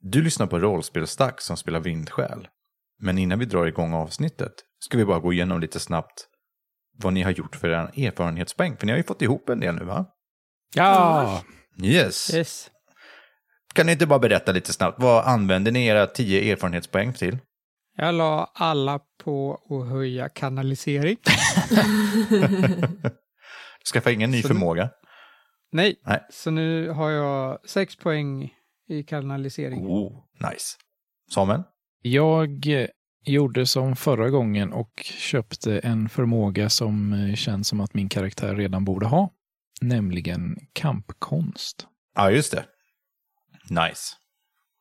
Du lyssnar på Rollspelstack som spelar Vindsjäl. Men innan vi drar igång avsnittet ska vi bara gå igenom lite snabbt vad ni har gjort för er erfarenhetspoäng. För ni har ju fått ihop en del nu va? Ja! Yes. Yes. Kan ni inte bara berätta lite snabbt, vad använder ni era 10 erfarenhetspoäng till? Jag la alla på att höja kanalisering. Skaffa ingen ny Så- förmåga. Nej. Nej. så nu har jag sex poäng i kanalisering. Oh, nice. Samuel? Jag eh, gjorde som förra gången och köpte en förmåga som eh, känns som att min karaktär redan borde ha, nämligen kampkonst. Ja, just det. Nice.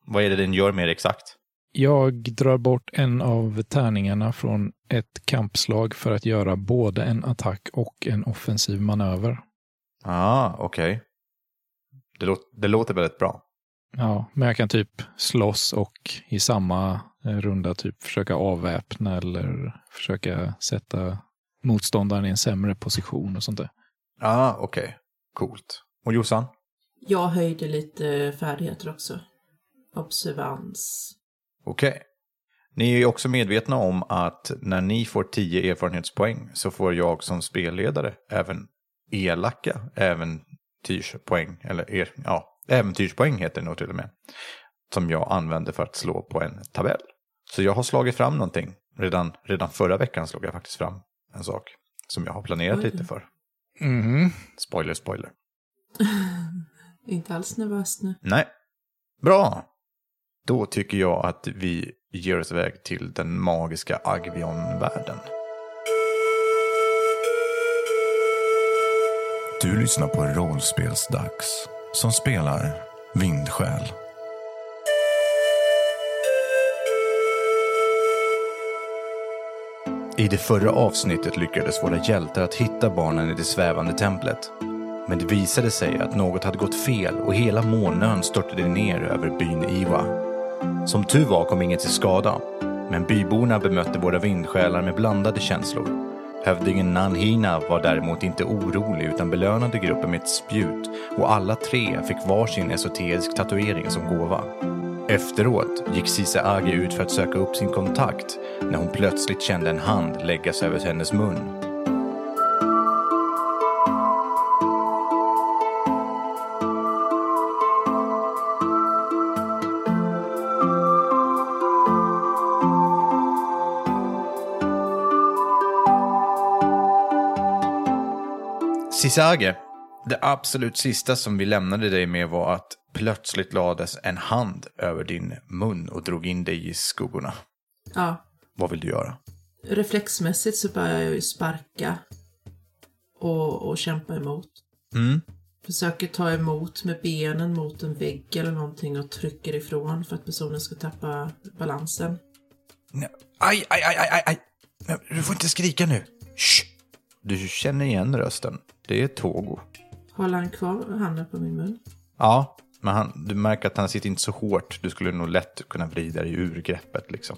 Vad är det den gör mer exakt? Jag drar bort en av tärningarna från ett kampslag för att göra både en attack och en offensiv manöver. Ah, okej. Det, lå- det låter väldigt bra. Ja, men jag kan typ slåss och i samma eh, runda typ försöka avväpna eller försöka sätta motståndaren i en sämre position och sånt där. Ah, okej. Coolt. Och Jossan? Jag höjde lite färdigheter också. Observans. Okej. Ni är ju också medvetna om att när ni får 10 erfarenhetspoäng så får jag som spelledare även elaka äventyrspoäng, eller er, ja, äventyrspoäng heter det nog till och med, som jag använder för att slå på en tabell. Så jag har slagit fram någonting. Redan, redan förra veckan slog jag faktiskt fram en sak som jag har planerat Oj. lite för. Mhm. Spoiler, spoiler. Inte alls nervös nu. Nej. Bra! Då tycker jag att vi ger oss iväg till den magiska Agvion-världen. Du lyssnar på Rollspelsdags som spelar Vindsjäl. I det förra avsnittet lyckades våra hjältar att hitta barnen i det svävande templet. Men det visade sig att något hade gått fel och hela månön störtade ner över byn Iwa. Som tur var kom inget till skada, men byborna bemötte våra vindsjälar med blandade känslor. Hövdingen Nanhina var däremot inte orolig utan belönade gruppen med ett spjut och alla tre fick varsin esoterisk tatuering som gåva. Efteråt gick Sisa Agi ut för att söka upp sin kontakt när hon plötsligt kände en hand läggas över hennes mun. Sisage, det absolut sista som vi lämnade dig med var att plötsligt lades en hand över din mun och drog in dig i skuggorna. Ja, Vad vill du göra? reflexmässigt så börjar jag ju sparka och, och kämpa emot. Mm. Försöker ta emot med benen mot en vägg eller någonting och trycker ifrån för att personen ska tappa balansen. Nej. Aj, aj, aj, aj, aj, aj! Nej, Du får inte skrika nu. Shh. Du känner igen rösten. Det är Togo. Håller han kvar handen på min mun? Ja, men han, du märker att han sitter inte så hårt. Du skulle nog lätt kunna vrida dig ur greppet liksom.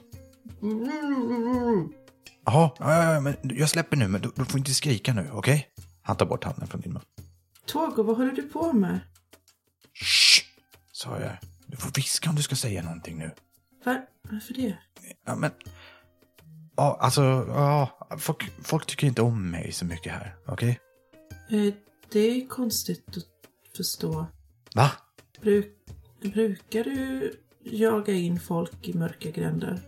Jaha, ja, ja, ja, men jag släpper nu, men du, du får inte skrika nu, okej? Han tar bort handen från din mun. Togo, vad håller du på med? Shh, sa jag. Du får viska om du ska säga någonting nu. Var, varför det? Ja, men... Ja, alltså, ja, folk, folk tycker inte om mig så mycket här, okej? Eh, det är konstigt att förstå. Va? Bruk, brukar du jaga in folk i mörka gränder?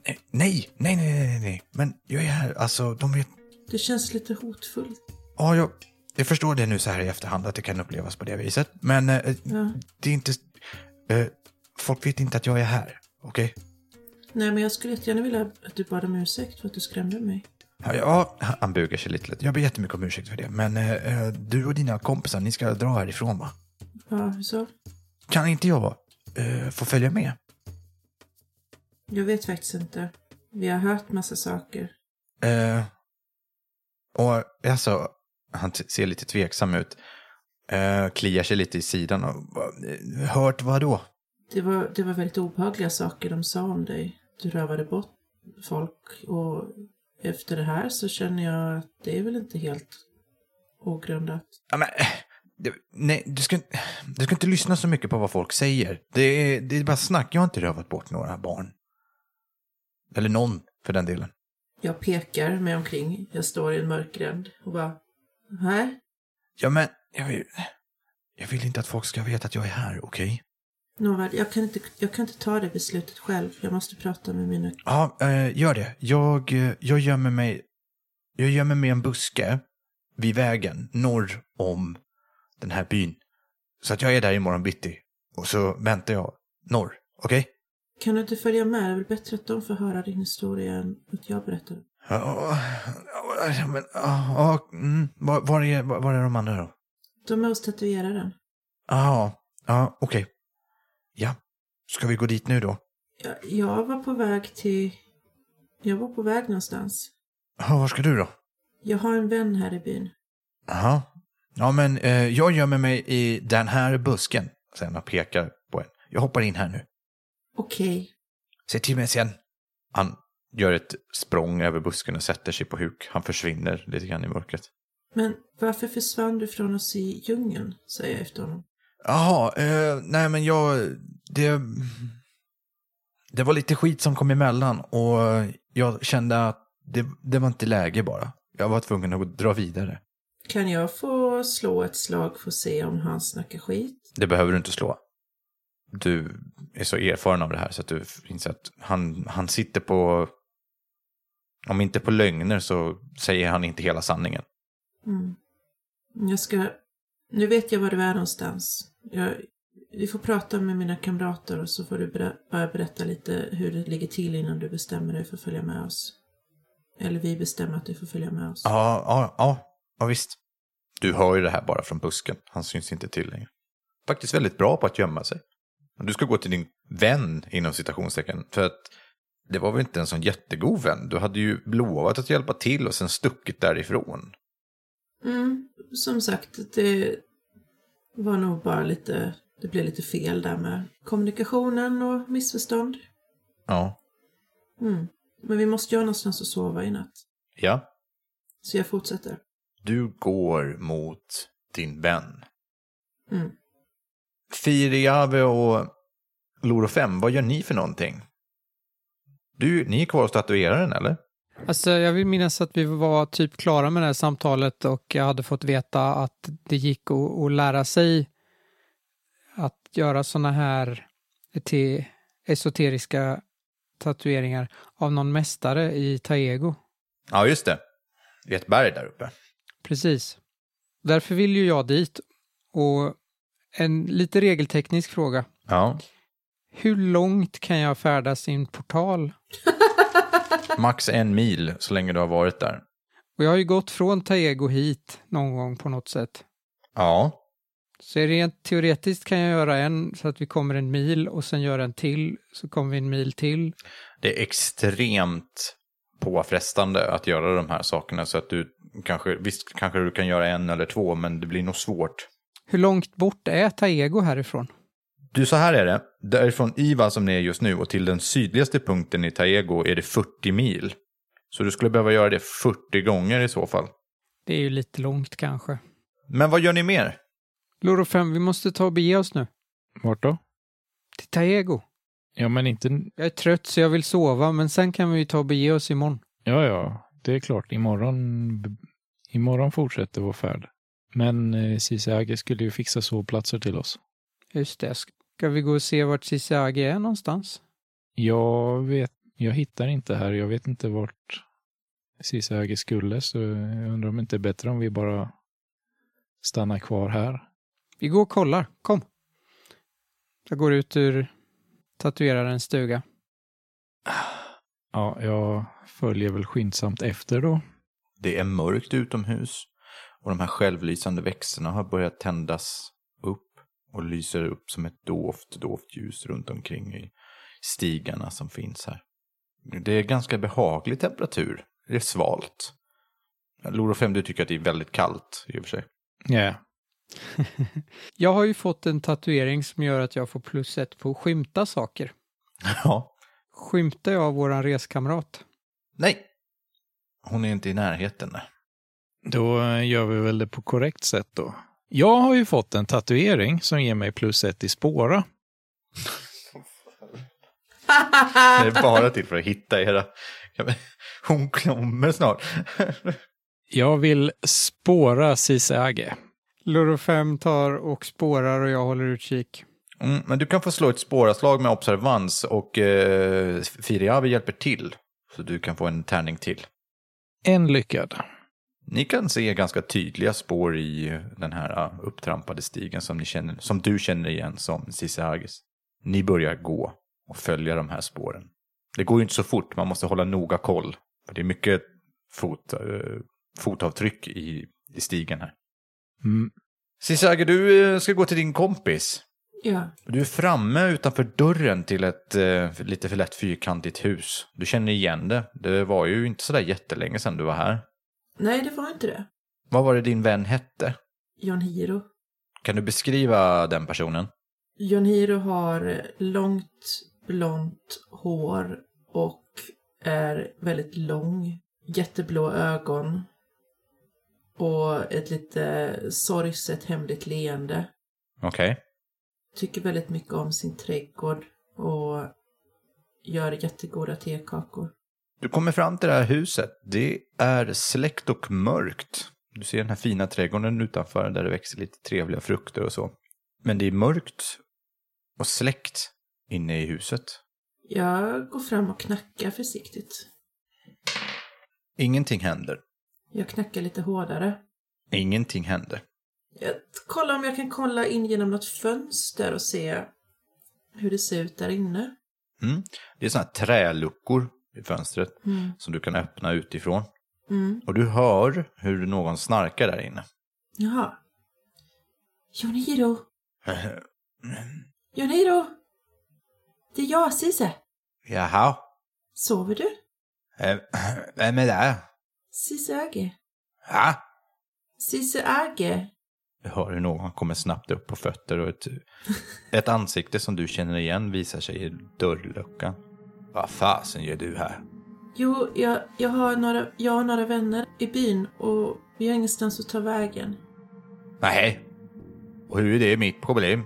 Nej, nej, nej, nej, nej, nej, men jag är här, alltså, de vet... Det känns lite hotfullt. Ja, jag, jag förstår det nu så här i efterhand att det kan upplevas på det viset, men eh, Ja. det är inte... Eh, folk vet inte att jag är här, okej? Nej, men jag skulle jättegärna vilja att du bad om ursäkt för att du skrämde mig. Ja, Ja, han bugar sig lite lätt. Jag ber jättemycket om ursäkt för det, men eh, eh, du och dina kompisar, ni ska dra härifrån va? Ja, hur så? Kan inte jag eh, få följa med? Jag vet faktiskt inte. Vi har hört massa saker. Eh, och alltså, han t- ser lite tveksam ut. Eh, kliar sig lite i sidan och eh, hört vad då? Det var, det var väldigt obehagliga saker de sa om dig. Du rövade bort folk och efter det här så känner jag att det är väl inte helt ogrundat. Ja, men, eh, Det- Nej, du ska, inte- du ska inte lyssna så mycket på vad folk säger. Det är, det är bara snack. Jag har inte rövat bort några barn. Eller någon, för den delen. Jag pekar mig omkring. Jag står i en mörkgränd och bara... Nej, Ja, men jag vill, jag vill inte att folk ska veta att jag är här, okej? nåväl, jag kan, inte, jag kan inte ta det beslutet själv. Jag måste prata med mina... Ja, eh, gör det. Jag, eh, jag gömmer mig Jag gömmer mig i en buske vid vägen norr om den här byn. Så att jag är där imorgon bitti. Och så väntar jag norr, okej? Kan du inte följa med? Det är väl bättre att de får höra din historia än att jag berättar. Ja, ja, men, ja, ja, mm. var, var, är, var, var är de andra då? De är hos tatueraren. Ja, ja, okej. Ja, ska vi gå dit nu då? Jag, jag var på väg till... Jag var på väg någonstans. Ja, var ska du då? Jag har en vän här i byn. Jaha. Ja, men eh, jag gömmer mig i den här busken. Sen han pekar på en. Jag hoppar in här nu. Okej. Se till mig sen. Han gör ett språng över busken och sätter sig på huk. Han försvinner lite grann i mörkret. Men varför försvann du från oss i djungeln? Säger jag efter honom. Jaha, eh, nej men jag... Det... Det var lite skit som kom emellan och jag kände att det, det var inte läge bara. Jag var tvungen att dra vidare. Kan jag få slå ett slag för att se om han snackar skit? Det behöver du inte slå. Du är så erfaren av det här så att du inser att han, han sitter på... Om inte på lögner så säger han inte hela sanningen. Mm. Jag ska... Nu vet jag var du är någonstans. Jag... Vi får prata med mina kamrater och så får du berä... bara berätta lite hur det ligger till innan du bestämmer dig för att följa med oss. Eller vi bestämmer att du får följa med oss. Ja, ja, ja, ja visst. Du hör ju det här bara från busken. Han syns inte till längre. Faktiskt väldigt bra på att gömma sig. Men Du ska gå till din vän inom citationstecken. För att det var väl inte en sån jättegod vän. Du hade ju lovat att hjälpa till och sen stuckit därifrån. Mm. Som sagt, det var nog bara lite... Det blev lite fel där med kommunikationen och missförstånd. Ja. Mm. Men vi måste ju ha någonstans att sova i natt. Ja. Så jag fortsätter. Du går mot din vän. Mm. Firiave och Lorofem, vad gör ni för någonting? Du, ni är kvar hos tatueraren eller? Alltså, jag vill minnas att vi var typ klara med det här samtalet och jag hade fått veta att det gick att, att lära sig att göra såna här te- esoteriska tatueringar av någon mästare i Taego. Ja, just det. I ett berg där uppe. Precis. Därför vill ju jag dit. Och en lite regelteknisk fråga. Ja. Hur långt kan jag färdas i en portal? Max en mil så länge du har varit där. Och jag har ju gått från Taego hit någon gång på något sätt. Ja. Så rent teoretiskt kan jag göra en så att vi kommer en mil och sen göra en till så kommer vi en mil till. Det är extremt påfrestande att göra de här sakerna så att du kanske, visst kanske du kan göra en eller två men det blir nog svårt. Hur långt bort är Taego härifrån? Du, så här är det. Därifrån IVA som ni är just nu och till den sydligaste punkten i Taego är det 40 mil. Så du skulle behöva göra det 40 gånger i så fall. Det är ju lite långt kanske. Men vad gör ni mer? Loro 5, vi måste ta och bege oss nu. Vart då? Till Taego. Ja, men inte... Jag är trött så jag vill sova men sen kan vi ju ta och bege oss imorgon. Ja, ja, det är klart. Imorgon, imorgon fortsätter vår färd. Men eh, Cici skulle ju fixa sovplatser till oss. Just det. Ska vi gå och se vart Sisage är någonstans? Jag vet, jag hittar inte här. Jag vet inte vart Cici skulle, så jag undrar om det inte är bättre om vi bara stannar kvar här. Vi går och kollar. Kom. Jag går ut ur tatuerarens stuga. Ja, jag följer väl skyndsamt efter då. Det är mörkt utomhus och de här självlysande växterna har börjat tändas upp och lyser upp som ett dovt, dovt ljus runt omkring i stigarna som finns här. Det är ganska behaglig temperatur. Det är svalt. Lorofem, du tycker att det är väldigt kallt i och för sig. Ja, Jag har ju fått en tatuering som gör att jag får plus ett på att skymta saker. Ja. skymtar jag våran reskamrat. Nej! Hon är inte i närheten. nej. då eh, gör vi väl det på korrekt sätt då. Jag har ju fått en tatuering som ger mig plus ett i spåra. Det är bara till för att hitta era... Hon kommer snart. Jag vill spåra Sisage. Loro 5 tar och spårar och jag håller utkik. Mm, men du kan få slå ett spåraslag med observans och eh, Firiavi hjälper till. Så du kan få en tärning till. En lyckad. Ni kan se ganska tydliga spår i den här ah, upptrampade stigen som, ni känner, som du känner igen som Sisagis. Ni börjar gå och följa de här spåren. Det går ju inte så fort, man måste hålla noga koll. För det är mycket fot, eh, fotavtryck i, i stigen här. Mm. Sisagi, du eh, ska gå till din kompis. ja. Du är framme utanför dörren till ett eh, lite för lätt fyrkantigt hus. Du känner igen det. Det var ju inte sådär jättelänge sedan du var här. Nej, det var inte det. Vad var det din vän hette? John Hiro. Kan du beskriva den personen? John Hiro har långt blont hår och är väldigt lång. Jätteblå ögon. Och ett lite sorgset hemligt leende. Okej. Tycker väldigt mycket om sin trädgård och gör jättegoda tekakor. Du kommer fram till det här huset. Det är släckt och mörkt. Du ser den här fina trädgården utanför där det växer lite trevliga frukter och så. Men det är mörkt och släckt inne i huset. Jag går fram och knackar försiktigt. Ingenting händer. Jag knackar lite hårdare. Ingenting händer. Jag kollar om jag kan kolla in genom något fönster och se hur det ser ut där inne. Mm. Det är sådana här träluckor i fönstret Mm. som du kan öppna utifrån. Mm. Och du hör hur någon snarkar där inne. Jaha. Joniro! Joniro! Det är jag, Sise. Jaha, Sover du? Eh, vem är det? Sise Age. Ja. Sise Age. Du hör hur någon kommer snabbt upp på fötter och ett, ett ansikte som du känner igen visar sig i dörrluckan. Vad fasen gör du här? Jo, jag, jag, har några, jag har några vänner i byn och vi har ingenstans att ta vägen. Nej. Och hur är det mitt problem?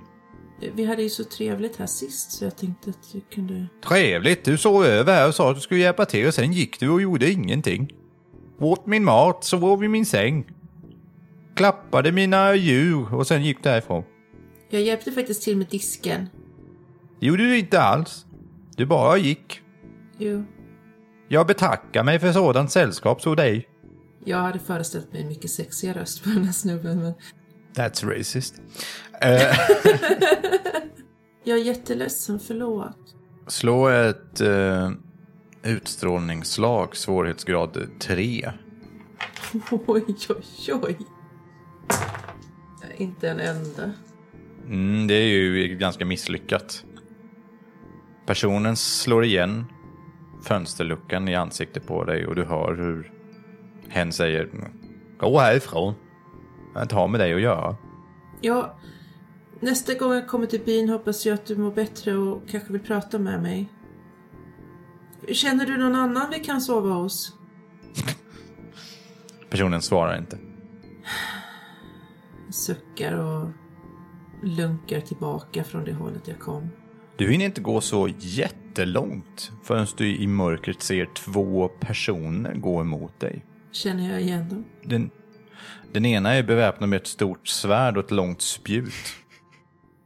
Vi hade ju så trevligt här sist så jag tänkte att jag kunde... Trevligt, du sov över här och sa att du skulle hjälpa till och sen gick du och gjorde ingenting. Åt min mat, sov i min säng. Klappade mina djur och sen gick därifrån. Jag hjälpte faktiskt till med disken. Det gjorde du inte alls. Du bara gick. Jo, Jag betackar mig för sådant sällskap så dig. jag hade föreställt mig en mycket sexigare röst på den här snubben men... That's racist. Eh, Jag är jätteledsen, förlåt. slå ett eh, utstrålningsslag, svårighetsgrad 3. Oj, oj, oj. Inte en enda. Mm, det är ju ganska misslyckat. Personen slår igen fönsterluckan i ansiktet på dig och du hör hur hen säger "Mm, Gå härifrån. Jag har inte har med dig att göra. Ja, nästa gång jag kommer till byn hoppas jag att du mår bättre och kanske vill prata med mig. Känner du någon annan vi kan sova hos? Personen svarar inte. Jag Suckar och lunkar tillbaka från det hållet jag kom. Du hinner inte gå så jättelångt förrän du i mörkret ser två personer gå emot dig. Känner jag igen dem? Den, den ena är beväpnad med ett stort svärd och ett långt spjut.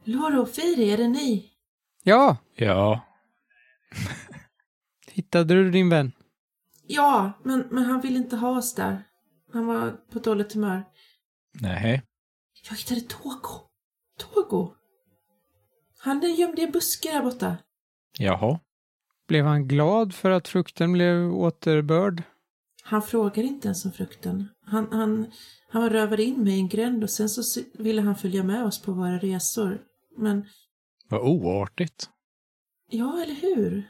Loro och Firi, är det ni? Ja, Ja, hittade du din vän? Ja, men, men han ville inte ha oss där. Han var på dåligt humör. nej. Jag hittade Togo. Togo? Han är gömd i en buske där borta. Jaha. Blev han glad för att frukten blev återbörd? Han frågade inte ens om frukten. Han, han, han rövade in mig i en gränd och sen så sy- ville han följa med oss på våra resor. Men, Vad oartigt. ja eller hur?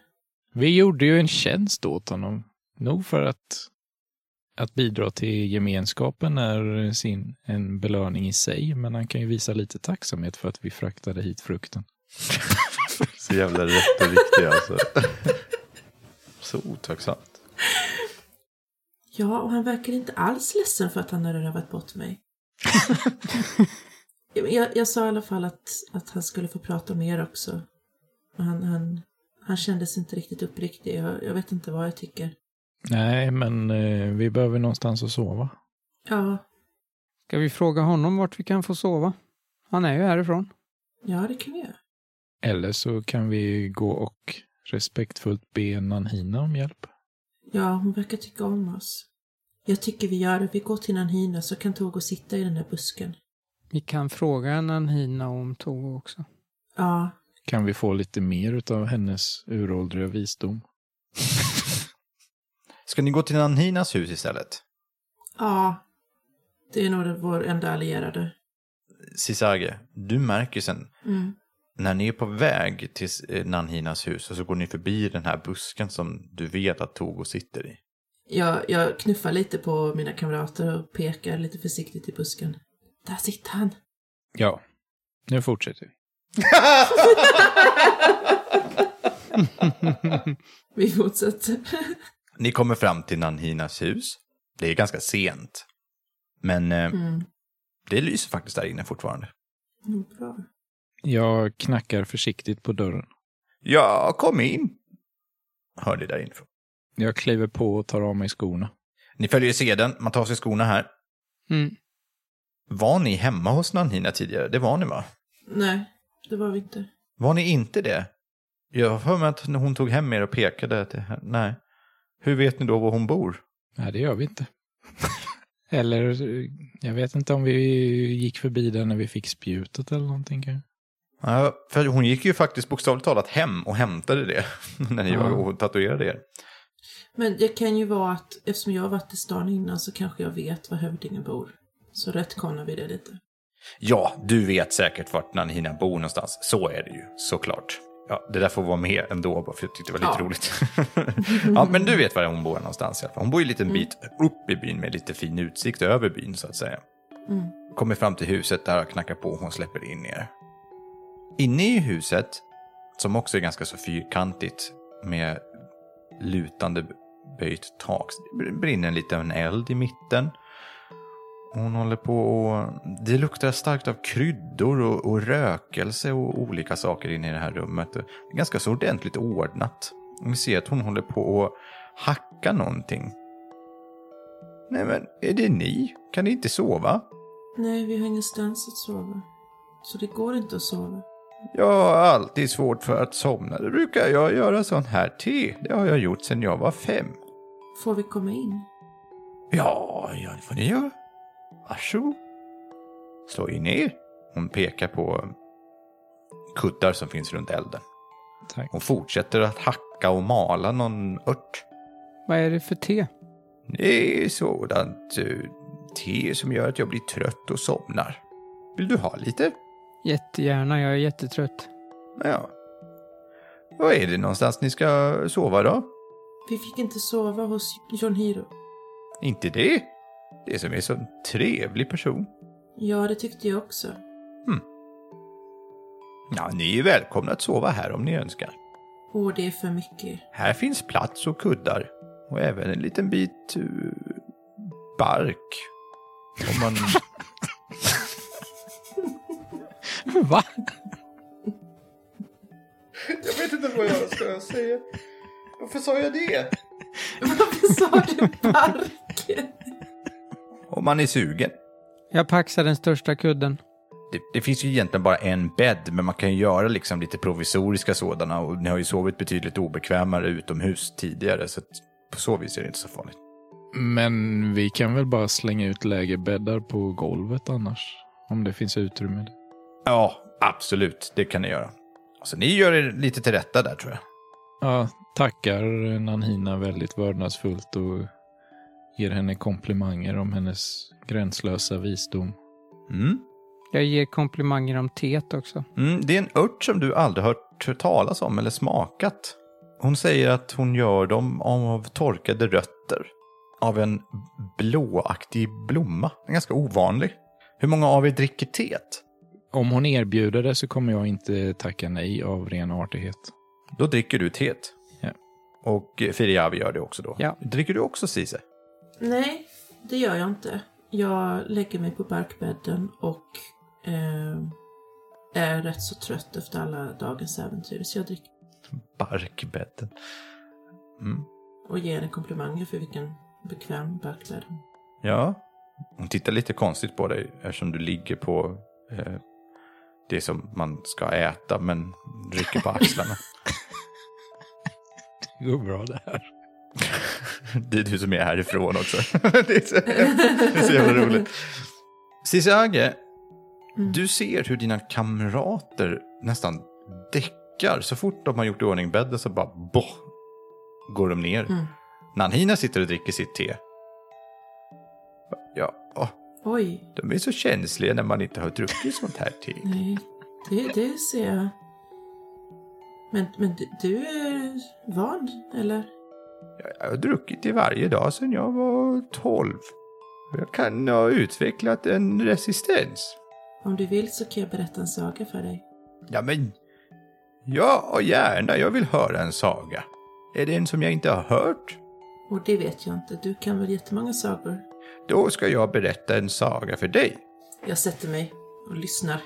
Vi gjorde ju en tjänst åt honom. Nog för att, att bidra till gemenskapen är sin, en belöning i sig, men han kan ju visa lite tacksamhet för att vi fraktade hit frukten. Så jävla rätt och riktig alltså. Så otacksamt. Ja, och han verkar inte alls ledsen för att han har rövat bort mig. Jag, jag sa i alla fall att, att han skulle få prata med er också. Och Han, han, han kändes inte riktigt uppriktig. Jag, jag vet inte vad jag tycker. Nej, men eh, vi behöver någonstans att sova. Ja, Ska vi fråga honom vart vi kan få sova? Han är ju härifrån. ja det kan vi göra. Eller så kan vi gå och respektfullt be Nanhina om hjälp. Ja, hon verkar tycka om oss. Jag tycker vi gör det. Vi går till Nanhina så kan Togo sitta i den där busken. Vi kan fråga Nanhina om Togo också. Ja, Kan vi få lite mer av hennes uråldriga visdom? Ska ni gå till Nanhinas hus istället? ja. Det är nog vår enda allierade. Sisage, du märker sen Mm. när ni är på väg till eh, Nanhinas hus och så går ni förbi den här busken som du vet att Togo sitter i. Jag, jag knuffar lite på mina kamrater och pekar lite försiktigt i busken. Där sitter han! Ja. Nu fortsätter vi. Vi fortsätter. Ni kommer fram till Nanhinas hus. Det är ganska sent. Men eh, Mm. det lyser faktiskt där inne fortfarande. Mm, Bra. Jag knackar försiktigt på dörren. Ja, kom in! Hör det där inifrån. Jag kliver på och tar av mig skorna. Ni följer seden, man tar sig skorna här. Mm. Var ni hemma hos Nanhina tidigare? Det var ni va? Nej, det var vi inte. Var ni inte det? Jag har för mig att hon tog hem er och pekade till här. Nej. Hur vet ni då var hon bor? Nej, det gör vi inte. eller, eh, jag vet inte om vi gick förbi där när vi fick spjutet eller någonting. kanske. Ja, för hon gick ju faktiskt bokstavligt talat hem och hämtade det när ni var Ja. och tatuerade er. Men det kan ju vara att eftersom jag har varit i stan innan så kanske jag vet var hövdingen bor. Så rättkomnar vi det lite. Ja, du vet säkert vart Nanhina bor någonstans. Så är det ju, såklart. Ja, det där får vara med ändå, bara för jag tyckte det var lite Ja. roligt. ja, men du vet var hon bor någonstans i alla fall. Hon bor ju en liten Mm. bit upp i byn med lite fin utsikt över byn, så att säga. Mm. Kommer fram till huset där jag knackar på och hon släpper in er. Inne i huset, som också är ganska så fyrkantigt med lutande böjt tak, det brinner en liten eld i mitten. Hon håller på och... Det luktar starkt av kryddor och, och rökelse och olika saker inne i det här rummet. Det är ganska så ordentligt ordnat. Vi ser att hon håller på och hacka någonting. Nej men, är det ni? Kan ni inte sova? Nej, vi har ingenstans att sova. Så det går inte att sova. Jag har alltid svårt för att somna. Då brukar jag göra sån här te. Det har jag gjort sedan jag var fem. Får vi komma in? Ja, ja, det får ni göra. Varsågod. Slå in er. Hon pekar på kuddar som finns runt elden. Tack. Hon fortsätter att hacka och mala någon ört. Vad är det för te? Det är sådant eh, te som gör att jag blir trött och somnar. Vill du ha lite? Jättegärna, jag är jättetrött. Ja. Var är det någonstans ni ska sova då? Vi fick inte sova hos John Hiro. Inte det? Det som är så trevlig person. Ja, det tyckte jag också. Ja, ni är välkomna att sova här om ni önskar. Åh, det är för mycket. Här finns plats och kuddar. Och även en liten bit eh, bark. Om man... Va? jag vet inte vad jag ska säga. Varför sa jag det? Varför sa du parken? Om man är sugen. Jag paxar den största kudden. Det, det finns ju egentligen bara en bädd, men man kan ju göra liksom lite provisoriska sådana. Och ni har ju sovit betydligt obekvämare utomhus tidigare, så att på så vis är det inte så farligt. Men vi kan väl bara slänga ut lägerbäddar på golvet annars? Om det finns utrymme. Ja, absolut. Det kan ni göra. Alltså, ni gör er lite till rätta där, tror jag. Ja, tackar Nanhina väldigt vördnadsfullt och ger henne komplimanger om hennes gränslösa visdom. Mm. Jag ger komplimanger om teet också. Mm, det är en ört som du aldrig hört talas om eller smakat. Hon säger att hon gör dem av torkade rötter. Av en blåaktig blomma. Den är ganska ovanlig. Hur många av er dricker teet? Om hon erbjuder det så kommer jag inte tacka nej av ren artighet. Då dricker du teet. Ja. Och eh, Firiavi gör det också då. Ja. Dricker du också Cise? Nej, det gör jag inte. Jag lägger mig på barkbädden och eh, är rätt så trött efter alla dagens äventyr. Så jag dricker Barkbädden. Mm. och ger henne komplimanger för vilken bekväm barklädd hon Ja. Hon tittar lite konstigt på dig eftersom du ligger på eh, det som man ska äta men rycker på axlarna. Det går bra det här. det är du som är härifrån också. det, är så, det är så jävla roligt. Sisage, Mm. du ser hur dina kamrater nästan däckar. Så fort de har gjort i ordning bädden så bara boh, går de ner. Mm. Nanhina sitter och dricker sitt te. Ja, åh, Oj, de är så känsliga när man inte har druckit sånt här te. nej, det, det ser jag. Men, men du- du är van, eller? Jag har druckit det varje dag sedan jag var 12. Jag kan ha utvecklat en resistens. Om du vill så kan jag berätta en saga för dig. Ja, men... Ja, och gärna. Jag vill höra en saga. Är det en som jag inte har hört? Och det vet jag inte, du kan väl jättemånga sagor? Då ska jag berätta en saga för dig. Jag sätter mig och lyssnar.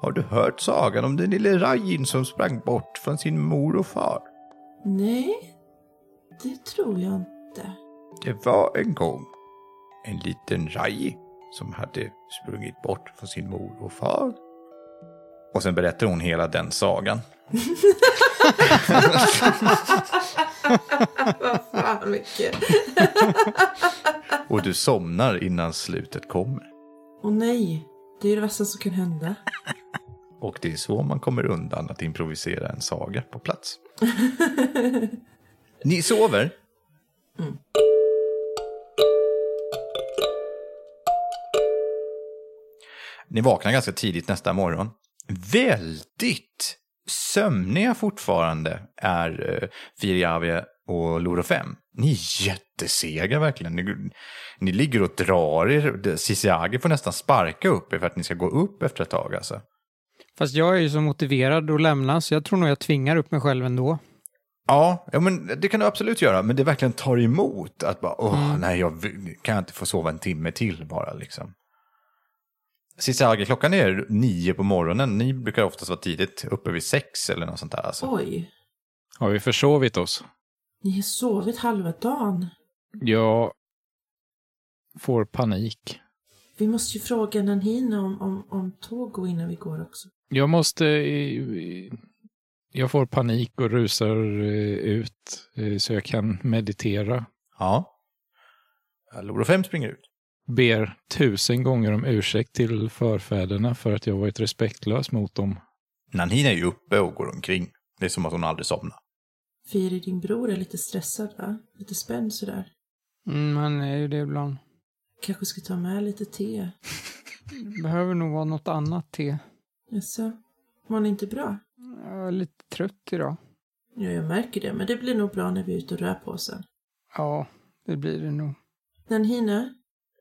Har du hört sagan om den lille Rajin som sprang bort från sin mor och far? Nej, det tror jag inte. Det var en gång en liten Raji som hade sprungit bort från sin mor och far. Och sen berättar hon hela den sagan. Vad fan mycket. Och du somnar innan slutet kommer. Och nej, det är det värsta som kan hända. Och det är så man kommer undan att improvisera en saga på plats. Ni sover? Ni vaknar ganska tidigt nästa morgon. Väldigt sömniga fortfarande är eh, Firjavia och Lorofem. Ni är jättesega verkligen. Ni, ni ligger och drar er. Sisiage får nästan sparka upp er för att ni ska gå upp efter ett tag. Alltså. Fast jag är ju så motiverad att lämna så jag tror nog jag tvingar upp mig själv ändå. Ja, ja men det kan du absolut göra, men det verkligen tar emot att bara, åh, nej, jag vill, kan jag inte få sova en timme till bara liksom. Sisage, klockan är nio på morgonen. Ni brukar oftast vara tidigt, uppe vid sex eller något sånt där. Alltså. Oj, Har vi försovit oss? ni har sovit halva dagen. Jag får panik. Vi måste ju fråga Nanhina om, om, om tåg går innan vi går också. Jag måste... eh, Jag får panik och rusar eh, ut eh, så jag kan meditera. Ja. Loro 5 springer ut. Ber tusen gånger om ursäkt till förfäderna för att jag varit respektlös mot dem. Nanhina är ju uppe och går omkring. Det är som att hon aldrig somnar. Firi, din bror är lite stressad va? Lite spänd sådär. Mm, han är ju det ibland. Kanske ska ta med lite te. Behöver nog vara något annat te. Jaså? Mår ni inte bra? Jag är lite trött idag. Ja, jag märker det, men det blir nog bra när vi är ute och rör på oss sen. Ja, det blir det nog. Nanhina,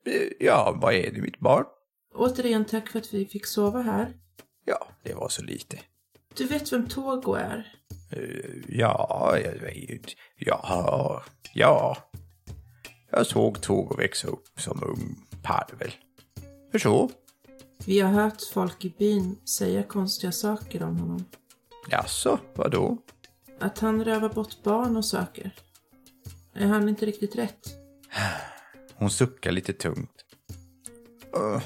Eh, Ja, vad är det, mitt barn? återigen tack för att vi fick sova här. Ja, det var så lite. Du vet vem Togo är? Eh, Ja, jag vet. Ja, ja. Jag såg Togo växa upp som ung parvel. Hur så? Vi har hört folk i byn säga konstiga saker om honom. Jaså, vadå? Att han rövar bort barn och saker. Är han inte riktigt rätt? Hon suckar lite tungt. "Öh.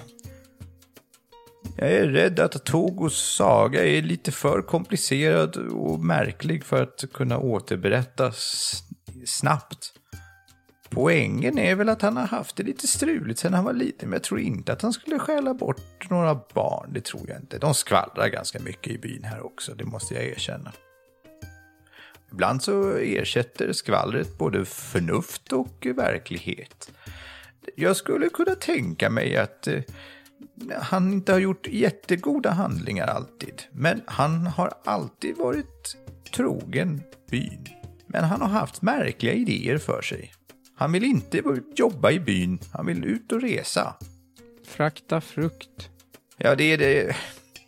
Jag är rädd att Togos saga är lite för komplicerad och märklig för att kunna återberättas snabbt. Poängen är väl att han har haft det lite struligt sedan han var liten, men jag tror inte att han skulle stjäla bort några barn. Det tror jag inte. De skvallrar ganska mycket i byn här också, det måste jag erkänna. Ibland så ersätter skvallret både förnuft och verklighet. Jag skulle kunna tänka mig att eh, han inte har gjort jättegoda handlingar alltid, men han har alltid varit trogen byn. Men han har haft märkliga idéer för sig. Han vill inte jobba i byn, han vill ut och resa. Frakta frukt. Ja, det är det.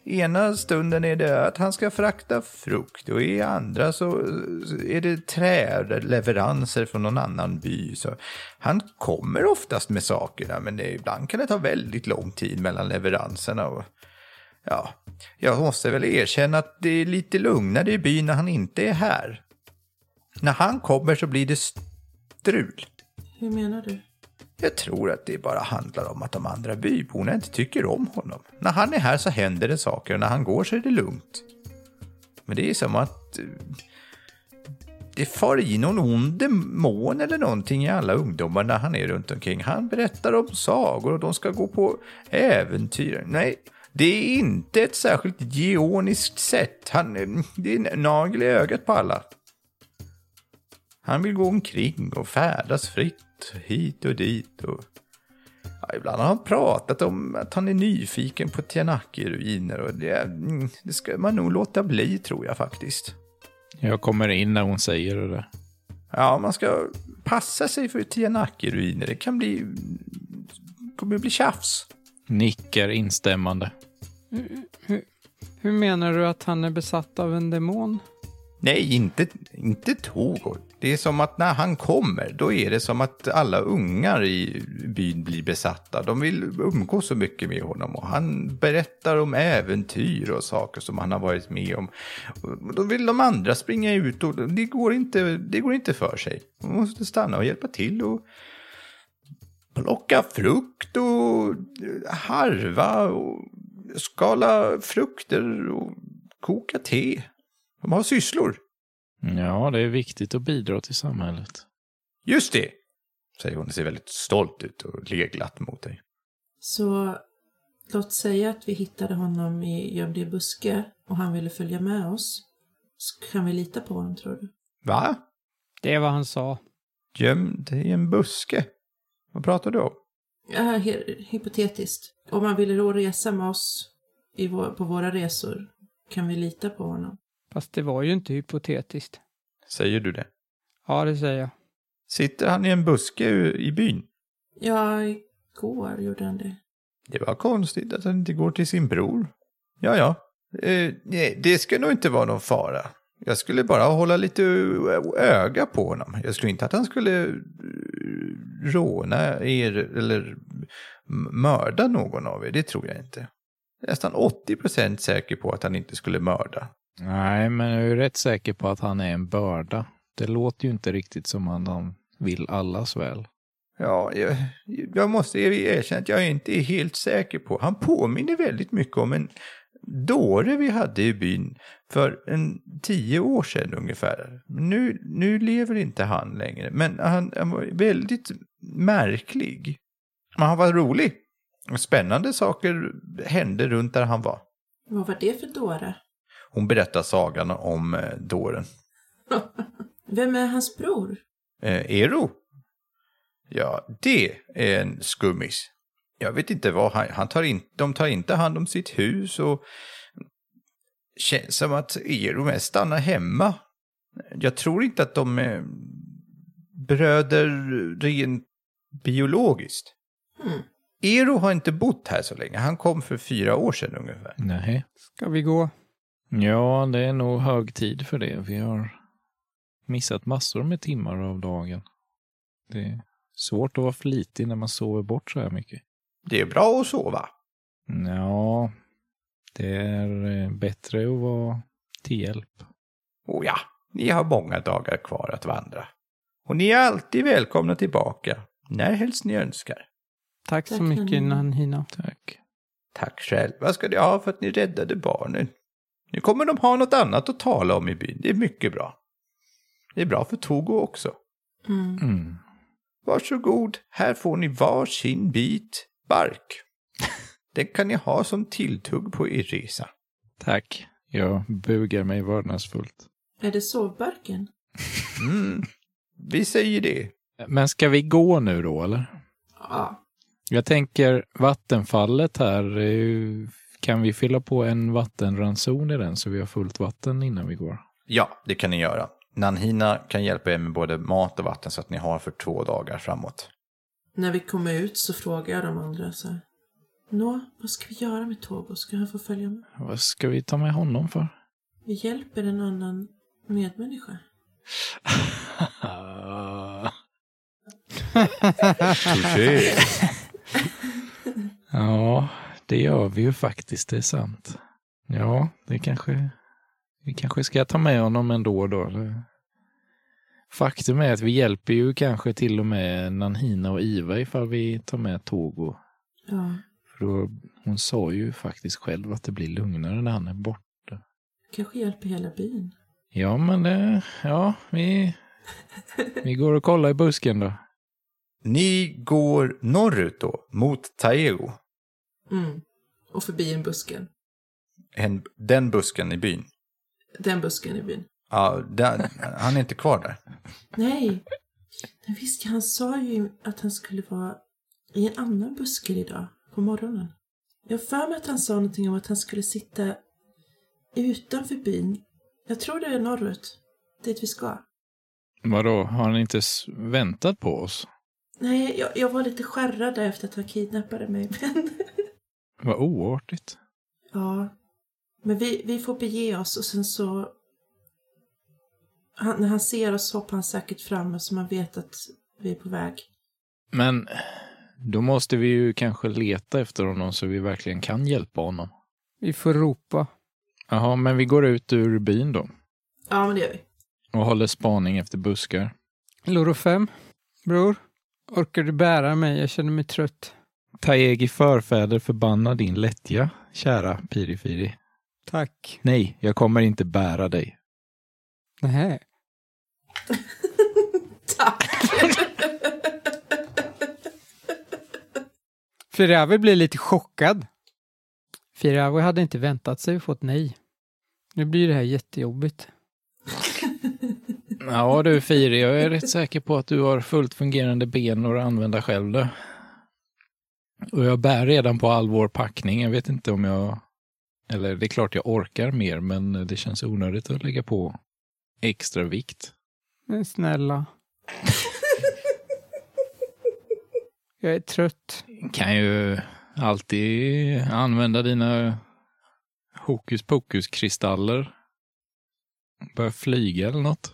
Ena stunden är det att han ska frakta frukt och i andra så så är det träleveranser från någon annan by. Så han kommer oftast med sakerna men det, ibland kan det ta väldigt lång tid mellan leveranserna. Och Ja, jag måste väl erkänna att det är lite lugnare i byn när han inte är här. När han kommer så blir det strul. Hur menar du? Jag tror att det bara handlar om att de andra byborna inte tycker om honom. När han är här så händer det saker och när han går så är det lugnt. Men det är som att... eh, Det far i någon ond demon eller någonting i alla ungdomar när han är runt omkring. Han berättar om sagor och de ska gå på äventyr. Nej, det är inte ett särskilt geoniskt sätt. Han, eh, det är en nagel i ögat på alla. Han vill gå omkring och färdas fritt hit och dit. Och... Ja, ibland har han pratat om att han är nyfiken på Tianaki-ruiner och det, mm, det ska man nog låta bli tror jag faktiskt. Jag kommer in när hon säger det där. Ja, man ska passa sig för Tianaki-ruiner. Det kan bli... kommer bli tjafs. Nickar instämmande. Hur menar du att han är besatt av en demon? Nej, inte, inte Togo. Det är som att när han kommer, då är det som att alla ungar i byn blir besatta. De vill umgås så mycket med honom och han berättar om äventyr och saker som han har varit med om. Och Då vill de andra springa ut och det går inte, det går inte för sig. De måste stanna och hjälpa till och plocka frukt och harva och skala frukter och koka te. De har sysslor. Ja, det är viktigt att bidra till samhället. Just det! Säger hon och ser väldigt stolt ut och ler glatt mot dig. Så låt säga att vi hittade honom i gömd i en buske och han ville följa med oss. Så kan vi lita på honom tror du? Va? Det är vad han sa. Gömd i en buske? Vad pratar du om? Ja, hy- hypotetiskt. Om han ville då resa med oss i vår, på våra resor, kan vi lita på honom? Fast det var ju inte hypotetiskt. Säger du det? Ja, det säger jag. Sitter han i en buske u- i byn? Ja, igår gjorde han det. Det var konstigt att han inte går till sin bror. Ja, ja. Eh, nej, det ska nog inte vara någon fara. Jag skulle bara hålla lite ö- öga på honom. Jag skulle inte att han skulle eh, råna er eller m- mörda någon av er. Det tror jag inte. Jag är Nästan 80% säker på att han inte skulle mörda. Nej, men jag är ju rätt säker på att han är en börda. Det låter ju inte riktigt som att han vill allas väl. Ja, jag, jag måste erkänna att jag inte är helt säker på. Han påminner väldigt mycket om en dåre vi hade i byn för en tio år sedan ungefär. Nu, nu lever inte han längre, men han, han var väldigt märklig. Men han var rolig. Och Spännande saker hände runt där han var. Vad var det för dåre? Hon berättar sagan om eh, dåren. Vem är hans bror? Eh, Ero? Ja, det är en skummis. Jag vet inte vad han... han tar in, de tar inte hand om sitt hus och... Känns som att Ero mest stannar hemma. Jag tror inte att de är bröder rent biologiskt. Hmm. Ero har inte bott här så länge. Han kom för fyra år sedan ungefär. Nej. Ska vi gå? Ja, det är nog hög tid för det. Vi har missat massor med timmar av dagen. Det är svårt att vara flitig när man sover bort så här mycket. Det är bra att sova. Ja, det är eh, bättre att vara till hjälp. Och ja, ni har många dagar kvar att vandra. Och ni är alltid välkomna tillbaka, närhelst ni önskar. Tack så Tack, mycket, Nanina. Nanhina. Tack. Tack själva ska ni ha för att ni räddade barnen. Nu kommer de ha något annat att tala om i byn. Det är mycket bra. Det är bra för Togo också. Mm. Mm. Varsågod, här får ni varsin bit bark. Den kan ni ha som tilltugg på er resa. Tack. Jag bugar mig vördnadsfullt. Är det sovbarken? Mm. Vi säger det. Men ska vi gå nu då, eller? Ja. Jag tänker vattenfallet här. eh, Kan vi fylla på en vattenranson i den så vi har fullt vatten innan vi går? Ja, det kan ni göra. Nanhina kan hjälpa er med både mat och vatten så att ni har för två dagar framåt. När vi kommer ut så frågar jag de andra så här. Nå, vad ska vi göra med Togo? Ska han få följa med? Vad ska vi ta med honom för? Vi hjälper en annan medmänniska. Touché. ja, Det gör vi ju faktiskt, det är sant. Ja, det kanske... Vi kanske ska ta med honom ändå då. eller? Faktum är att vi hjälper ju kanske till och med Nanhina och Iva ifall vi tar med Togo. Ja, För då, hon sa ju faktiskt själv att det blir lugnare när han är borta. kanske hjälper hela byn. Ja, men det... Ja, vi... Vi går och kollar i busken då. Ni går norrut då, mot Taego. Mm. Och förbi en busken. En, den busken i byn. Den busken i byn. Ja, där, han är inte kvar där. Nej. Men visst, han sa ju att han skulle vara i en annan buske idag på morgonen. Jag har för mig att han sa någonting om att han skulle sitta utanför byn. Jag tror det är norrut, dit vi ska. Vadå, har han inte s- väntat på oss? Nej, jag, jag var lite skärrad där efter att han kidnappade mig, men... Vad oartigt. Ja. Men vi, vi får bege oss och sen så... Han, när han ser oss hoppar han säkert fram så man vet att vi är på väg. Men då måste vi ju kanske leta efter honom så vi verkligen kan hjälpa honom. Vi får ropa. Jaha, men vi går ut ur byn då Ja, men det gör vi. och håller spaning efter buskar. Loro 5, bror. Orkar du bära mig? Jag känner mig trött. Taegi förfäder förbanna din lättja, kära Pirifiri. Tack. Nej, jag kommer inte bära dig. Nähä. Tack! Firawi blir lite chockad. Firawi hade inte väntat sig att få ett nej. Nu blir det här jättejobbigt. Ja du Firi, jag är rätt säker på att du har fullt fungerande ben att använda själv du. Och jag bär redan på all vår packning. Jag vet inte om jag... Eller det är klart jag orkar mer, men det känns onödigt att lägga på extra vikt. Men snälla. Jag är trött. kan ju alltid använda dina hokus pokus-kristaller. Börja flyga eller något.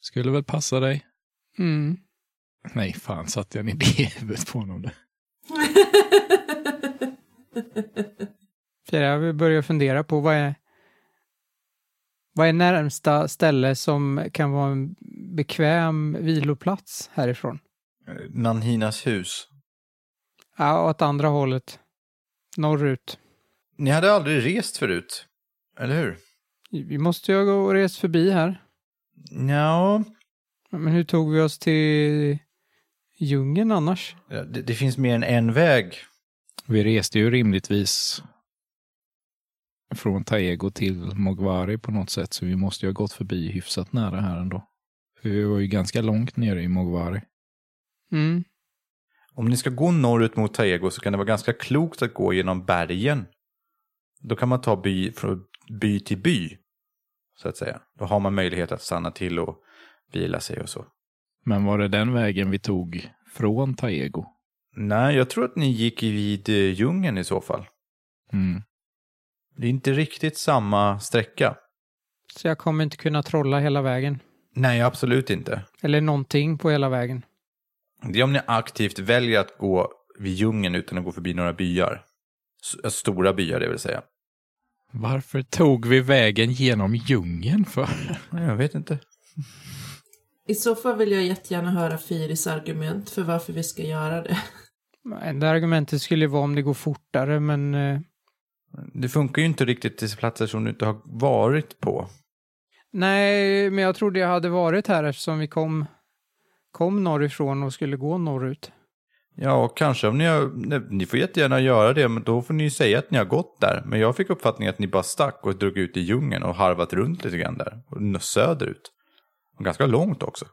Skulle väl passa dig? Mm. Nej, fan satte jag en idé i huvudet på honom. Firawi börjar fundera på vad är, vad är närmsta ställe som kan vara en bekväm viloplats härifrån? Nanhinas hus. Ja, och åt andra hållet. Norrut. Ni hade aldrig rest förut, eller hur? Vi måste ju ha rest förbi här. Ja, Men hur tog vi oss till djungeln annars? det, det finns mer än en väg. Vi reste ju rimligtvis från Taego till Mogwari på något sätt, så vi måste ju ha gått förbi hyfsat nära här ändå. För vi var ju ganska långt nere i Mogwari. Mm. Om ni ska gå norrut mot Taego så kan det vara ganska klokt att gå genom bergen. Då kan man ta by från by till by, så att säga. Då har man möjlighet att stanna till och vila sig och så. Men var det den vägen vi tog från Taego? Nej, jag tror att ni gick vid eh, djungeln i så fall. Mm. Det är inte riktigt samma sträcka. Så jag kommer inte kunna trolla hela vägen. Nej, absolut inte. Eller någonting på hela vägen. Det är om ni aktivt väljer att gå vid djungeln utan att gå förbi några byar. S- eh, Stora byar, det vill säga. Varför tog vi vägen genom djungeln för? Nej, Jag vet inte. I så fall vill jag jättegärna höra Firis argument för varför vi ska göra det. Enda argumentet skulle ju vara om det går fortare, men eh, Det funkar ju inte riktigt till platser som du inte har varit på. nej, men jag trodde jag hade varit här eftersom vi kom, kom norrifrån och skulle gå norrut. Ja, och kanske om ni har... Nej, Ni får jättegärna göra det, men då får ni ju säga att ni har gått där. Men jag fick uppfattningen att ni bara stack och drog ut i djungeln och harvat runt lite grann där. Och n- söderut. Och ganska långt också.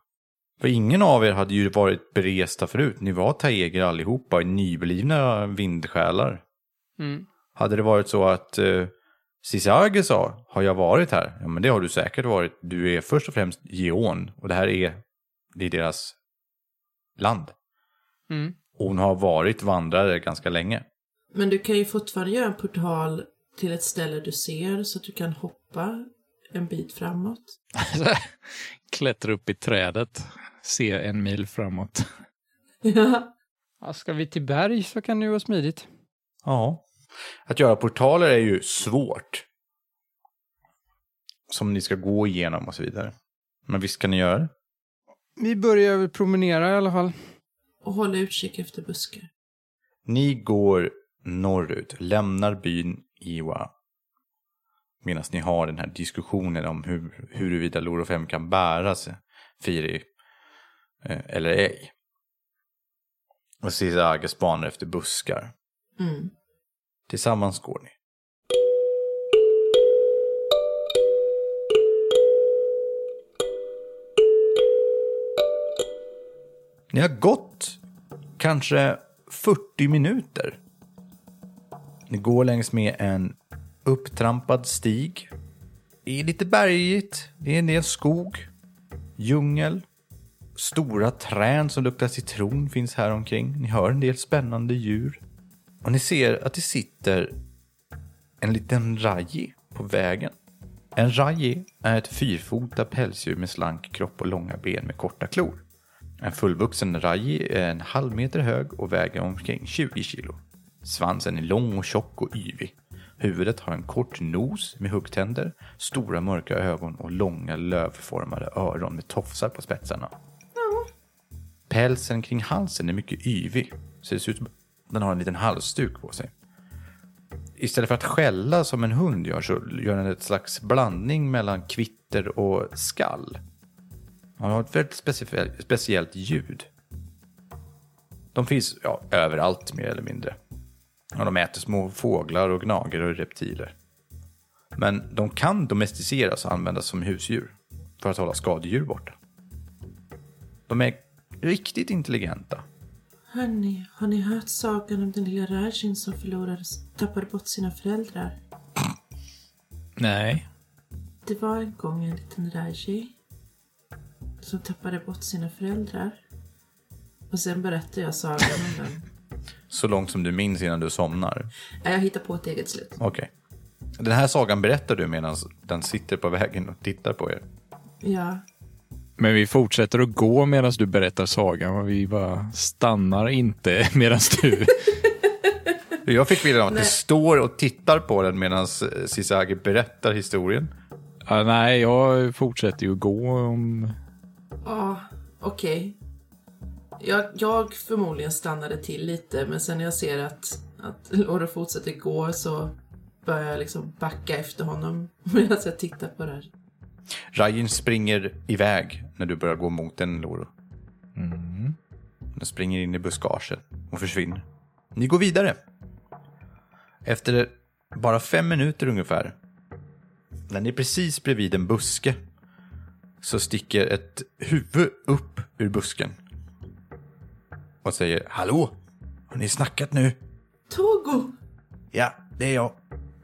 För ingen av er hade ju varit beresta förut. Ni var taeger allihopa, nyblivna vindsjälar. Mm. Hade det varit så att eh, Sisage sa, har jag varit här? Ja, men det har du säkert varit. Du är först och främst geon och det här är, det är deras land. Mm. Och hon har varit vandrare ganska länge. Men du kan ju fortfarande göra en portal till ett ställe du ser så att du kan hoppa en bit framåt. Klättra upp i trädet, se en mil framåt. Ja. Ja, ska vi till berg så kan det ju vara smidigt. Ja, Att göra portaler är ju svårt. Som ni ska gå igenom och så vidare. Men visst kan ni göra det. Vi börjar väl promenera i alla fall. Och hålla utkik efter buskar. Ni går norrut, lämnar byn Iwa. Medan ni har den här diskussionen om hur, huruvida Lorofem kan bära sig, Firi eh, eller ej. Och Sisage spanar efter buskar. Mm. Tillsammans går ni. Ni har gått kanske 40 minuter. Ni går längs med en upptrampad stig. Det är lite bergigt, det är en del skog, djungel. Stora träd som luktar citron finns här omkring. Ni hör en del spännande djur. Och ni ser att det sitter en liten raji på vägen. En raji är ett fyrfota pälsdjur med slank kropp och långa ben med korta klor. En fullvuxen raji är en halv meter hög och väger omkring 20 kilo. Svansen är lång och tjock och yvig. Huvudet har en kort nos med huggtänder, stora mörka ögon och långa lövformade öron med tofsar på spetsarna. Pälsen kring halsen är mycket yvig. Så det ser ut som den har en liten halsduk på sig. Istället för att skälla som en hund gör så gör den ett slags blandning mellan kvitter och skall. Han har ett väldigt specif- speciellt ljud. De finns ja, överallt mer eller mindre. Och de äter små fåglar och gnagare och reptiler. Men de kan domesticeras och användas som husdjur för att hålla skadedjur borta. De är riktigt intelligenta. Hörni, har ni hört sagan om den lilla Rajin som förlorade, tappade bort sina föräldrar? Nej. Det var en gång en liten Raji som tappade bort sina föräldrar. Och sen berättade jag sagan om den. Så långt som du minns innan du somnar. Nej, Jag hittar på ett eget slut. Okej. Den här sagan berättar du medan den sitter på vägen och tittar på er. Ja, Men vi fortsätter att gå medan du berättar sagan och vi bara stannar inte medan du... Jag fick bilden av att du står och tittar på den medan Sisage berättar historien. ja, nej, jag fortsätter ju att gå om... Ja, okej. Jag, jag förmodligen stannade till lite, men sen när jag ser att, att Loro fortsätter gå så börjar jag liksom backa efter honom medan jag tittar på det här. Rajin springer iväg när du börjar gå mot den, Loro. Den springer in i buskagen och försvinner. Ni går vidare. Efter bara fem minuter ungefär, när ni är precis bredvid en buske, så sticker ett huvud upp ur busken. Och säger Hallå! Har ni snackat nu? Togo! Ja, det är jag.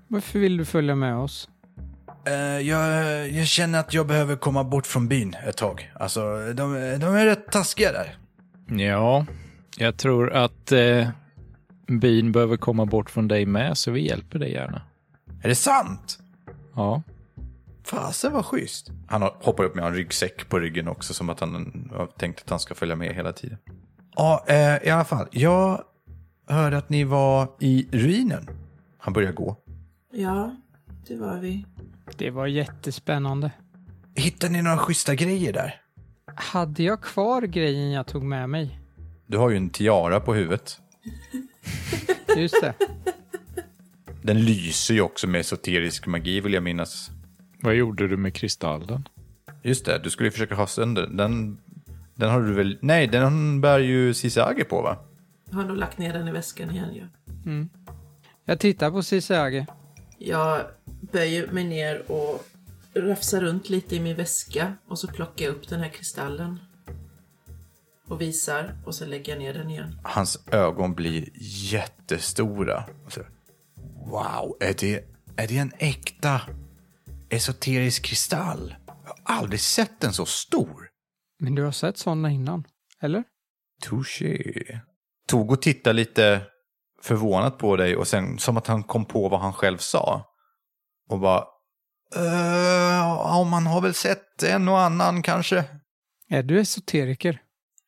Varför vill du följa med oss? Eh, jag, jag känner att jag behöver komma bort från byn ett tag. Alltså, de, de är rätt taskiga där. Ja, jag tror att eh, byn behöver komma bort från dig med, så vi hjälper dig gärna. Är det sant? Ja. Fasen vad schysst. Han har- hoppar upp med en ryggsäck på ryggen också som att han har tänkt att han ska följa med hela tiden. Ja, eh, i alla fall. Jag hörde att ni var i ruinen. Han börjar gå. Ja, det var vi. Det var jättespännande. Hittade ni några schyssta grejer där? Hade jag kvar grejen jag tog med mig? Du har ju en tiara på huvudet. Just det. Den lyser ju också med esoterisk magi vill jag minnas. Vad gjorde du med kristallen? Just det, du skulle ju försöka ha sönder den. den. Den har du väl... Nej, den bär ju Sisage på va? Jag har nog lagt ner den i väskan igen. Ja. Jag tittar på Sisage. Jag böjer mig ner och rafsar runt lite i min väska och så plockar jag upp den här kristallen och visar och så lägger jag ner den igen. Hans ögon blir jättestora. Och så- Wow, är det, är det en äkta esoterisk kristall? Jag har aldrig sett en så stor. Men du har sett sådana innan? Eller? Touché. Togo tittar lite förvånat på dig och sen som att han kom på vad han själv sa. Och bara... Uh, ja, man har väl sett en och annan kanske. Är du esoteriker?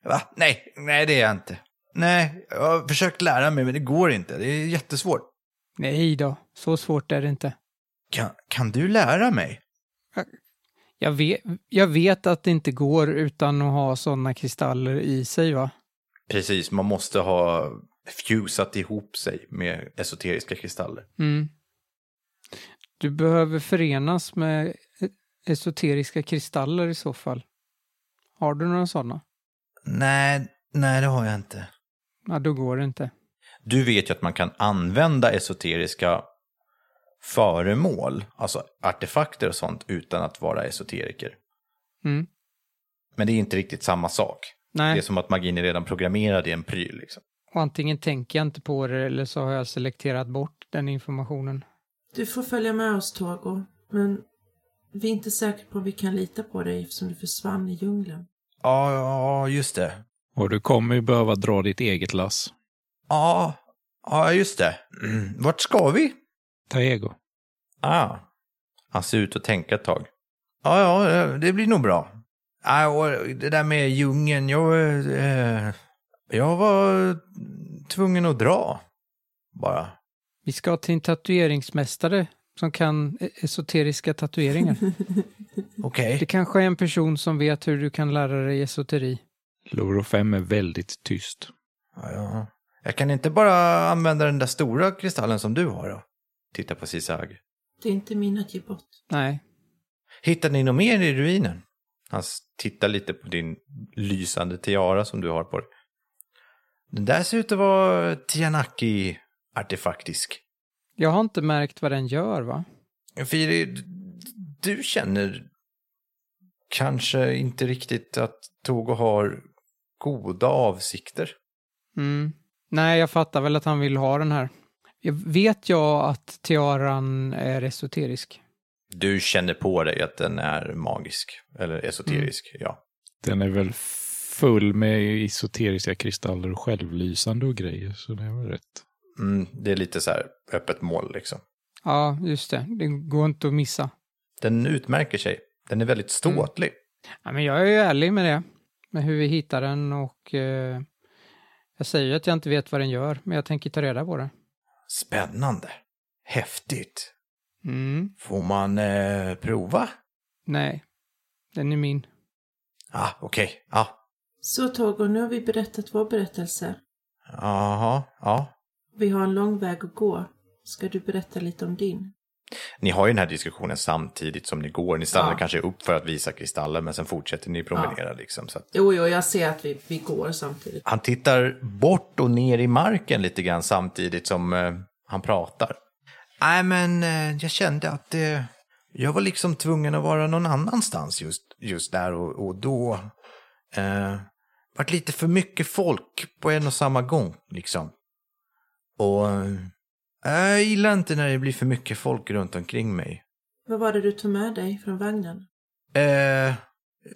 Va? Nej, nej det är jag inte. Nej, jag har försökt lära mig men det går inte. Det är jättesvårt. Nej då, så svårt är det inte. Kan, kan du lära mig? Jag vet, jag vet att det inte går utan att ha sådana kristaller i sig va? Precis, man måste ha fusat ihop sig med esoteriska kristaller. Mm. Du behöver förenas med e-, esoteriska kristaller i så fall. Har du några sådana? Nej, nej det har jag inte. Ja, då går det inte. Du vet ju att man kan använda esoteriska föremål, alltså artefakter och sånt, utan att vara esoteriker. Mm. Men det är inte riktigt samma sak. Nej, Det är som att magin är redan programmerad i en pryl. Liksom. och antingen tänker jag inte på det eller så har jag selekterat bort den informationen. Du får följa med oss, Togo. Men vi är inte säkra på om vi kan lita på dig eftersom du försvann i djungeln. Ja, ja, just det. Och du kommer ju behöva dra ditt eget lass. Ja, ja, just det. Mm. Vart ska vi? Taego. Ah. Han ser ut att tänka ett tag. Ja, ja, det blir nog bra. Ah, och det där med djungeln, jag... Eh, jag var tvungen att dra. Bara. Vi ska till en tatueringsmästare som kan e- esoteriska tatueringar. Okej. Det kanske är en person som vet hur du kan lära dig esoteri. Loro 5 är väldigt tyst. Ja, ja. Jag kan inte bara använda den där stora kristallen som du har då? Titta på Sisag. Det är inte min att ge bort. Nej, Hittade ni något mer i ruinen? Han s- tittar lite på din lysande tiara som du har på dig. Den där ser ut att vara Tianaki-artefaktisk. jag har inte märkt vad den gör va? Firi, d- du känner kanske inte riktigt att Togo har goda avsikter. Mm. Nej, jag fattar väl att han vill ha den här. Jag vet jag att tiaran är esoterisk? Du känner på dig att den är magisk, eller esoterisk, ja. Den är väl full med esoteriska kristaller och självlysande och grejer, så det är väl rätt. Mm, det är lite så här öppet mål liksom. Ja, just det. Det går inte att missa. Den utmärker sig. Den är väldigt ståtlig. Ja, men jag är ju ärlig med det, med hur vi hittar den och eh, jag säger ju att jag inte vet vad den gör, men jag tänker ta reda på det. Spännande. Häftigt. Mm. Får man eh, prova? Nej, den är min. Ah, okej. Ah. Så Togo, nu har vi berättat vår berättelse. Jaha, ja. Vi har en lång väg att gå. Ska du berätta lite om din? Ni har ju den här diskussionen samtidigt som ni går. Ni stannar Ja. kanske upp för att visa kristallen men sen fortsätter ni promenera liksom. Så att... Jo, jo, jag ser att vi, vi går samtidigt. Han tittar bort och ner i marken lite grann samtidigt som eh, han pratar. Nej, men eh, jag kände att eh, jag var liksom tvungen att vara någon annanstans just, just där och, och då. Eh, vart lite för mycket folk på en och samma gång liksom. Och eh, jag gillar inte när det blir för mycket folk runt omkring mig. Vad var det du tog med dig från vagnen? Eh,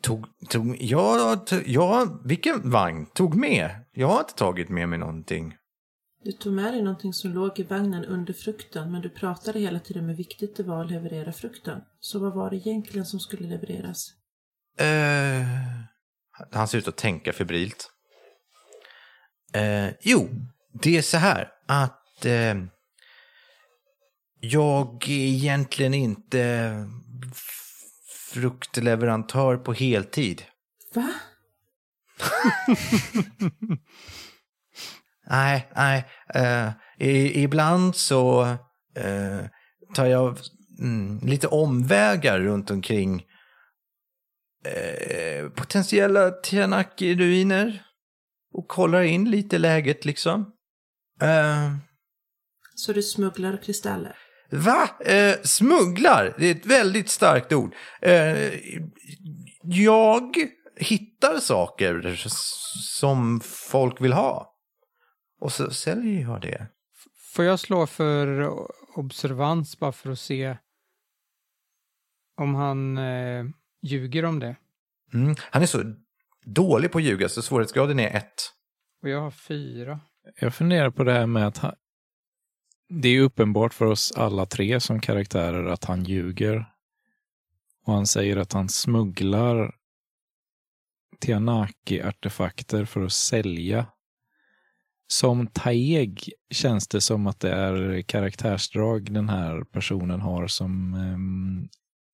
tog, tog, ja, tog, ja, vilken vagn tog med? Jag har inte tagit med mig någonting. Du tog med dig någonting som låg i vagnen under frukten, men du pratade hela tiden om hur viktigt det var att leverera frukten. Så vad var det egentligen som skulle levereras? Eh, han ser ut att tänka febrilt. Eh, jo, det är så här att eh, jag är egentligen inte f- fruktleverantör på heltid. Va? Nej, nej. eh, i, ibland så eh, tar jag mm, lite omvägar runt omkring eh, potentiella Tianaki-ruiner och kollar in lite läget liksom. Eh, Så du smugglar kristaller? Va? Eh, smugglar? Det är ett väldigt starkt ord. Eh, jag hittar saker s- som folk vill ha. Och så säljer jag det. Får jag slå för observans bara för att se om han eh, ljuger om det? Mm. Han är så dålig på att ljuga så svårighetsgraden är ett. Och jag har fyra. Jag funderar på det här med att han... det är ju uppenbart för oss alla tre som karaktärer att han ljuger. Och han säger att han smugglar Tianaki-artefakter för att sälja. Som Taeg känns det som att det är karaktärsdrag den här personen har som ehm,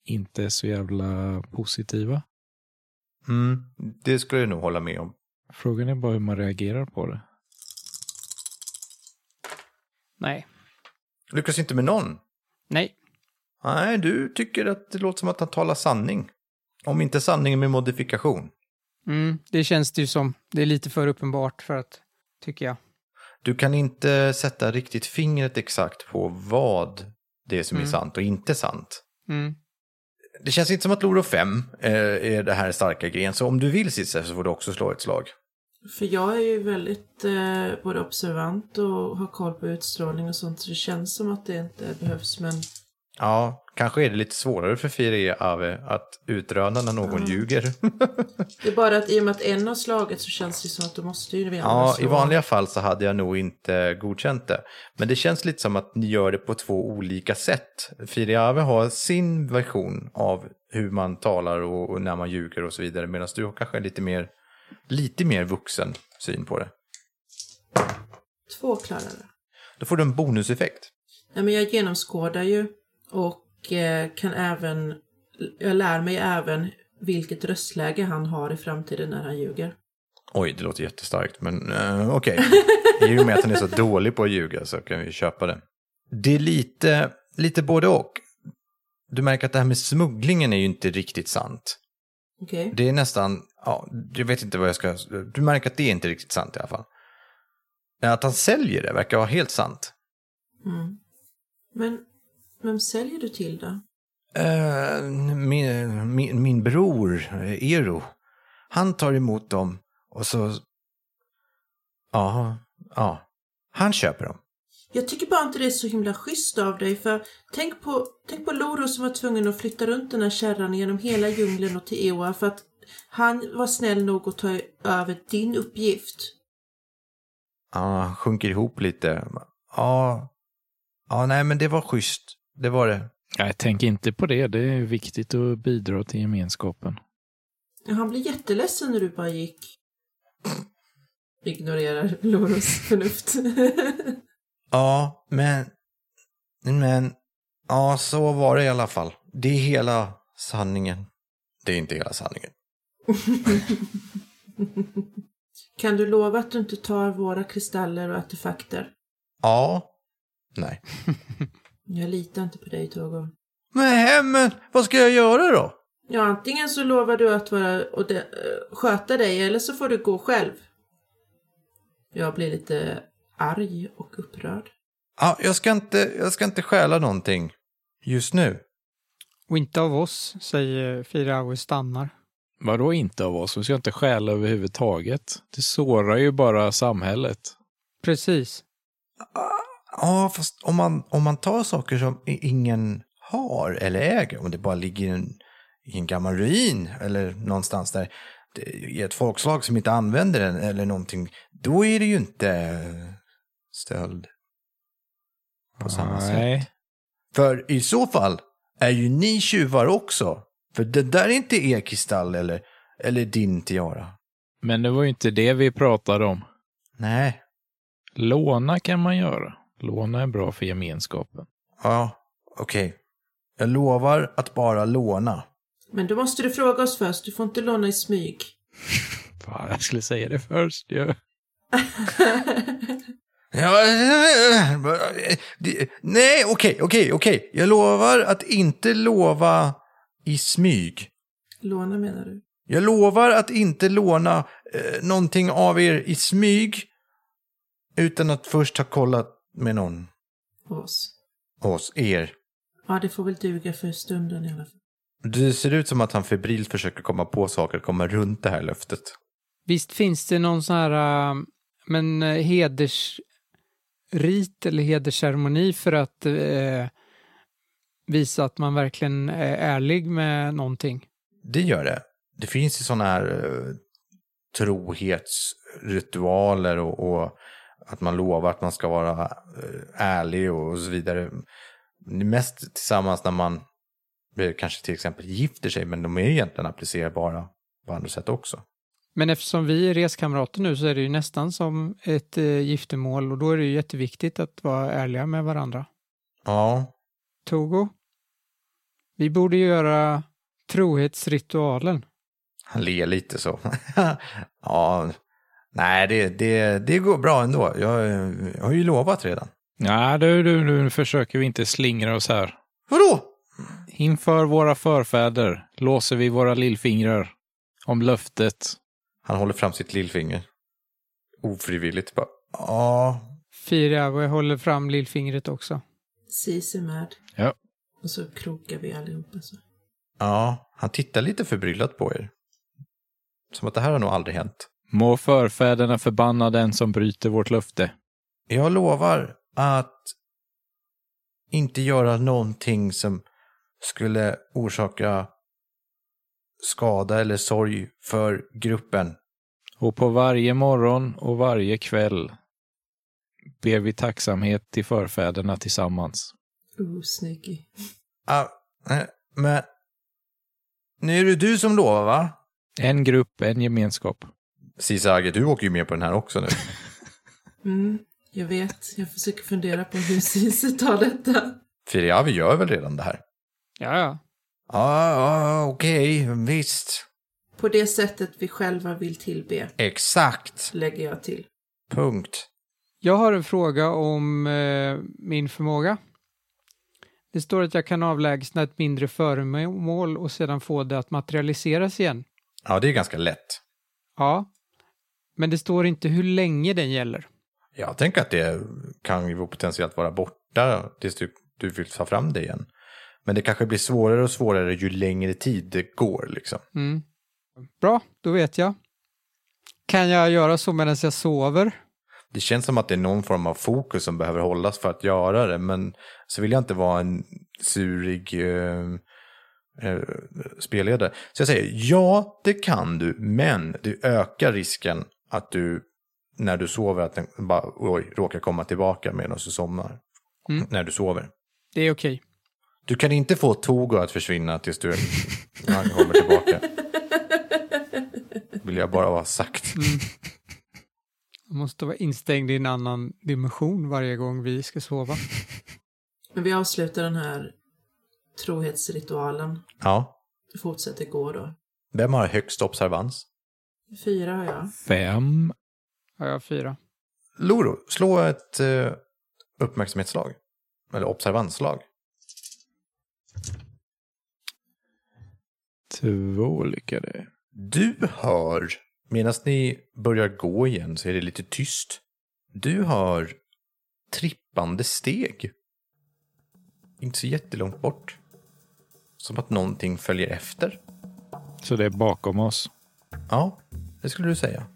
inte är så jävla positiva. Mm, det skulle jag nog hålla med om. Frågan är bara hur man reagerar på det. Nej. Lyckas inte med någon. Nej. Nej, du tycker att det låter som att han talar sanning. Om inte sanningen med modifikation. Mm, det känns det ju som. Det är lite för uppenbart för att, tycker jag. Du kan inte sätta riktigt fingret exakt på vad det är som är sant och inte sant. Mm. Det känns inte som att Loro 5 eh, är det här starka grejen, så om du vill Cissi så får du också slå ett slag. För jag är ju väldigt eh, både observant och har koll på utstrålning och sånt så det känns som att det inte behövs men Ja, kanske är det lite svårare för Firie Ave att utröna när någon ljuger. det är bara att i och med att en har slagit så känns det som att du måste ju veta Ja, i vanliga fall så hade jag nog inte godkänt det. Men det känns lite som att ni gör det på två olika sätt. Firiave har sin version av hur man talar och, och när man ljuger och så vidare. Medan du har kanske lite mer, lite mer vuxen syn på det. Två klarare. Då får du en bonuseffekt. Nej, men jag genomskådar ju och eh, kan även, jag lär mig även vilket röstläge han har i framtiden när han ljuger. Oj, det låter jättestarkt, men uh, okej. I och med att han är så dålig på att ljuga så kan vi köpa det. Det är lite, lite både och. Du märker att det här med smugglingen är ju inte riktigt sant. Okej? Det är nästan, ja, jag vet inte vad jag ska, du märker att det är inte riktigt sant i alla fall. Att han säljer det verkar vara helt sant. Mm. Men vem säljer du till då? Eh, min, min, min bror, eh, Ero, han tar emot dem och så, ja, ja, han köper dem. Jag tycker bara inte det är så himla schysst av dig för tänk på, tänk på Loro som var tvungen att flytta runt den här kärran genom hela djungeln och till Eoa för att han var snäll nog att ta över din uppgift. Ja, han sjunker ihop lite. Ja, ja, nej men det var schysst, det var det. Nej, tänk inte på det. Det är viktigt att bidra till gemenskapen. Han blev jätteledsen när du bara gick. Ignorerar Loros förnuft. Ja, men... Men... Ja, så var det i alla fall. Det är hela sanningen. Det är inte hela sanningen. kan du lova att du inte tar våra kristaller och artefakter? Ja. Nej. Jag litar inte på dig Togo. Men, men vad ska jag göra då? Ja, antingen så lovar du att vara och de, eh, sköta dig eller så får du gå själv. Jag blir lite arg och upprörd. Ja, jag ska inte, jag ska inte stjäla någonting. Just nu. Och inte av oss, säger Fira och stannar. Vadå inte av oss? Vi ska inte stjäla överhuvudtaget. Det sårar ju bara samhället. Precis. Ja, fast om man, om man tar saker som i- ingen har eller äger, om det bara ligger i en, i en gammal ruin eller någonstans där, det- i ett folkslag som inte använder den eller någonting, då är det ju inte stöld på samma sätt. Nej. För i så fall är ju ni tjuvar också. För det där är inte er kristall eller, eller din tiara. Men det var ju inte det vi pratade om. Nej, Låna kan man göra. Låna är bra för gemenskapen. ja, okej. Jag lovar att bara låna. Men då måste du fråga oss först, du får inte låna i smyg. Fan, jag skulle säga det först ju. Ja, eh, eh, det- nej, okej, okej, okej. Jag lovar att inte lova i smyg. låna menar du? Jag lovar att inte låna eh, någonting av er i smyg utan att först ha kollat med någon Av oss. oss, er. Ja, det får väl duga för stunden i alla fall. Det ser ut som att han febrilt försöker komma på saker, komma runt det här löftet. Visst finns det någon sån här, äh, men äh, hedersrit eller hedersceremoni för att eh, visa att man verkligen är ärlig med någonting? Det gör det. Det finns ju sådana här eh, trohetsritualer och, och att man lovar att man ska vara eh, ärlig och, och så vidare. Det är Mest tillsammans när man eh, kanske till exempel gifter sig, men de är ju egentligen applicerbara på andra sätt också. Men eftersom vi är reskamrater nu så är det ju nästan som ett eh, giftermål och då är det ju jätteviktigt att vara ärliga med varandra. Ja, Togo, vi borde göra trohetsritualen. han ler lite så. ja, nej, det, det, det går bra ändå. Jag, eh, jag har ju lovat redan. Nej, du, du, nu försöker vi inte slingra oss här. Vadå? Inför våra förfäder låser vi våra lillfingrar om löftet. Han håller fram sitt lillfinger. Ofrivilligt bara. Ja, Fira, och jag håller fram lillfingret också. Sis är med. Ja. Och så krokar vi allihopa så. ja. Han tittar lite förbryllat på er. Som att det här har nog aldrig hänt. Må förfäderna förbanna den som bryter vårt löfte. Jag lovar att inte göra någonting som skulle orsaka skada eller sorg för gruppen. Och på varje morgon och varje kväll ber vi tacksamhet till förfäderna tillsammans. Oh, snygg. Ah, eh, men nu är det du som lovar va? En grupp, en gemenskap. Sisage, du åker ju med på den här också nu. Mm, jag vet. Jag försöker fundera på hur Sis tar detta. Firiavi gör väl redan det här? Ja, ja. Ja, ja, okej, visst. På det sättet vi själva vill tillbe, Exakt. lägger jag till. Punkt. Jag har en fråga om eh, min förmåga. Det står att jag kan avlägsna ett mindre föremål och sedan få det att materialiseras igen. Ja, det är ganska lätt. Ja, men det står inte hur länge den gäller. Jag tänker att det kan ju potentiellt vara borta tills du, du vill ta fram det igen. Men det kanske blir svårare och svårare ju längre tid det går liksom. Mm. Bra, då vet jag. Kan jag göra så medan jag sover? Det känns som att det är någon form av fokus som behöver hållas för att göra det. Men så vill jag inte vara en surig eh, eh, spelledare. Så jag säger ja, det kan du, men du ökar risken att du när du sover att den bara oj, råkar komma tillbaka medan du somnar. Mm. När du sover. Det är okej. Du kan inte få Togo att försvinna tills du när han kommer tillbaka. Vill jag bara ha sagt. Mm. Jag måste vara instängd i en annan dimension varje gång vi ska sova. Men vi avslutar den här trohetsritualen. Ja. Det fortsätter gå då. Vem har högst observans? Fyra har jag. Fem. Ja, jag har fyra. Loro, slå ett eh, uppmärksamhetslag. Eller observanslag. Två lyckade. Du hör, medan ni börjar gå igen så är det lite tyst. Du hör trippande steg. Inte så jättelångt bort. Som att någonting följer efter. Så det är bakom oss. Ja, det skulle du säga.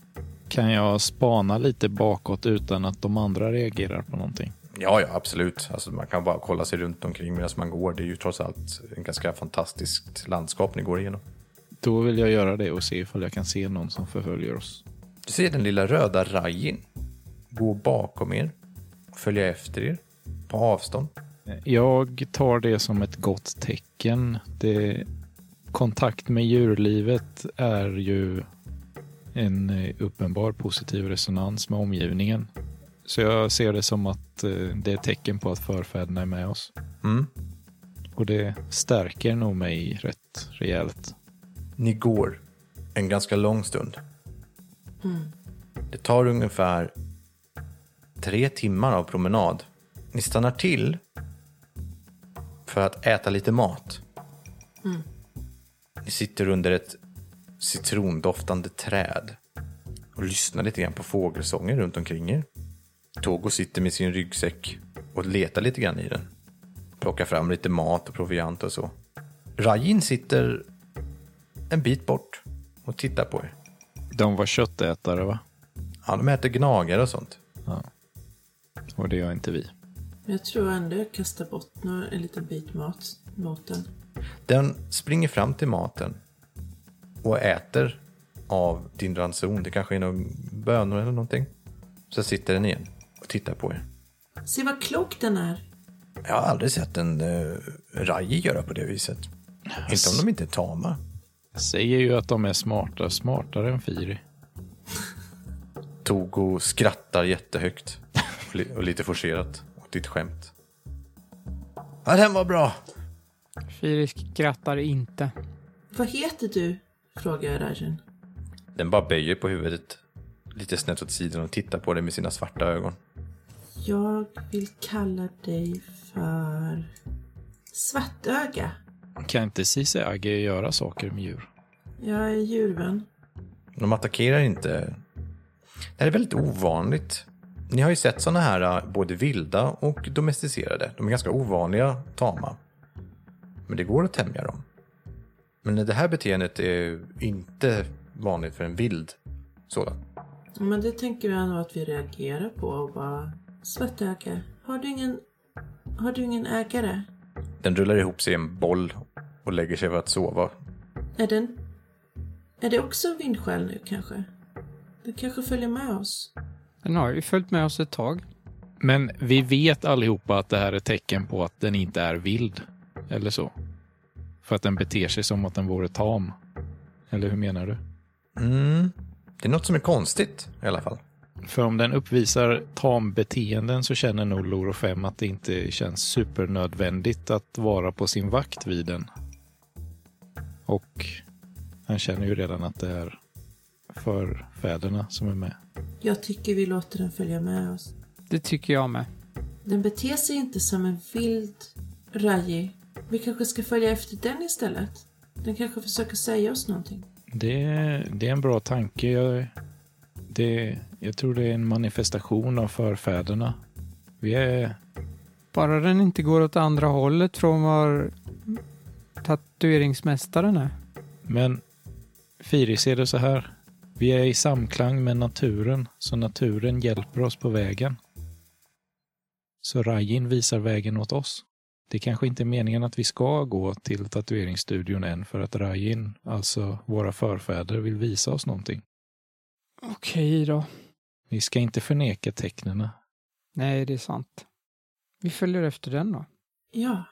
Kan jag spana lite bakåt utan att de andra reagerar på någonting? Ja, ja, absolut. Alltså, man kan bara kolla sig runt omkring medan man går. Det är ju trots allt en ganska fantastiskt landskap ni går igenom. Då vill jag göra det och se ifall jag kan se någon som förföljer oss. Du ser den lilla röda rajen gå bakom er och följa efter er på avstånd. Jag tar det som ett gott tecken. Det, kontakt med djurlivet är ju en eh, uppenbar positiv resonans med omgivningen. Så jag ser det som att eh, det är ett tecken på att förfäderna är med oss. Mm. Och det stärker nog mig rätt rejält. Ni går en ganska lång stund. Det tar ungefär tre timmar av promenad. Ni stannar till för att äta lite mat. Ni sitter under ett citrondoftande träd och lyssnar lite grann på fågelsånger runt omkring er. Togo sitter med sin ryggsäck och letar lite grann i den. Plockar fram lite mat och proviant och så. Rajin sitter en bit bort och tittar på er. De var köttätare va? Ja, de äter gnagare och sånt. Och det gör inte vi. Men jag tror ändå jag kastar bort nå- en liten bit mat mot den. Den springer fram till maten och äter av din ranson. Det kanske är några bönor eller någonting. Så sitter den igen och tittar på er. Se vad klok den är! Jag eh, har aldrig sett en uh, raji göra på det viset. Inte om de inte är tama. Jag säger ju att de är smarta, smartare än Firi. Togo skrattar jättehögt och li- och lite forcerat åt ditt skämt. Ja, den var bra. Firi skrattar inte. Vad heter du? Frågar jag Rajan. Den bara böjer på huvudet lite snett åt sidan och tittar på dig med sina svarta ögon. Jag vill kalla dig för Svartöga. Kan inte Cici Agge göra saker med djur? Jag är djurvän. De attackerar inte. Det här är väldigt ovanligt. Ni har ju sett såna här eh, både vilda och domesticerade. De är ganska ovanliga tama. Men det går att tämja dem. Men det här beteendet är inte vanligt för en vild sådan. Men det tänker jag nog att vi reagerar på och bara Svartöga, har du ingen, har du ingen ägare? Den rullar ihop sig i en boll och lägger sig för att sova. Är den... Är det också en vindskäl nu kanske? Den kanske följer med oss? Den har ju följt med oss ett tag. Men vi vet allihopa att det här är tecken på att den inte är vild. Eller så. För att den beter sig som att den vore tam. Eller hur menar du? Mm. Det är något som är konstigt i alla fall. För om den uppvisar tambeteenden så känner nog Loro 5 att det inte känns supernödvändigt att vara på sin vakt vid den. Och han känner ju redan att det är förfäderna som är med. Jag tycker vi låter den följa med oss. Det tycker jag med. Den beter sig inte som en vild raji. Vi kanske ska följa efter den istället? Den kanske försöker säga oss någonting. Det, det är en bra tanke. Jag, det, jag tror det är en manifestation av förfäderna. Vi är... Bara den inte går åt andra hållet från var tatueringsmästaren är. Men Firi ser det så här. Vi är i samklang med naturen, så naturen hjälper oss på vägen. Så Rajin visar vägen åt oss. Det kanske inte är meningen att vi ska gå till tatueringsstudion än för att Rajin, alltså våra förfäder, vill visa oss någonting. Okej då. Vi ska inte förneka tecknena. Nej, det är sant. Vi följer efter den då. Ja.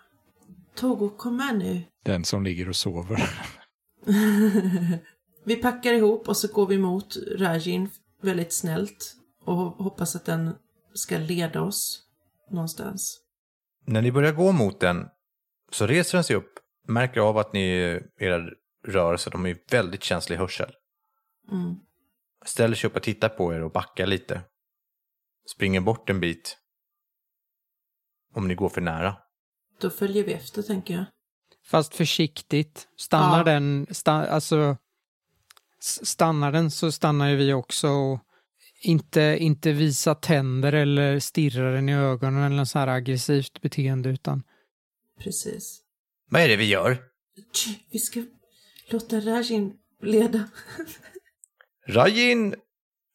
Togo, kom med nu. Den som ligger och sover. vi packar ihop och så går vi mot Rajin väldigt snällt och hoppas att den ska leda oss någonstans. När ni börjar gå mot den så reser den sig upp, märker av att ni, era rörelser, de är väldigt känslig i hörsel. Mm. Ställer sig upp och tittar på er och backar lite. Springer bort en bit. Om ni går för nära. Då följer vi efter, tänker jag. Fast försiktigt. Stannar Ja. den, sta, alltså, s- stannar den så stannar ju vi också. Och inte, inte visa tänder eller stirra den i ögonen eller något så här aggressivt beteende utan Precis. Vad är det vi gör? Tch, Vi ska låta Rajin leda. Rajin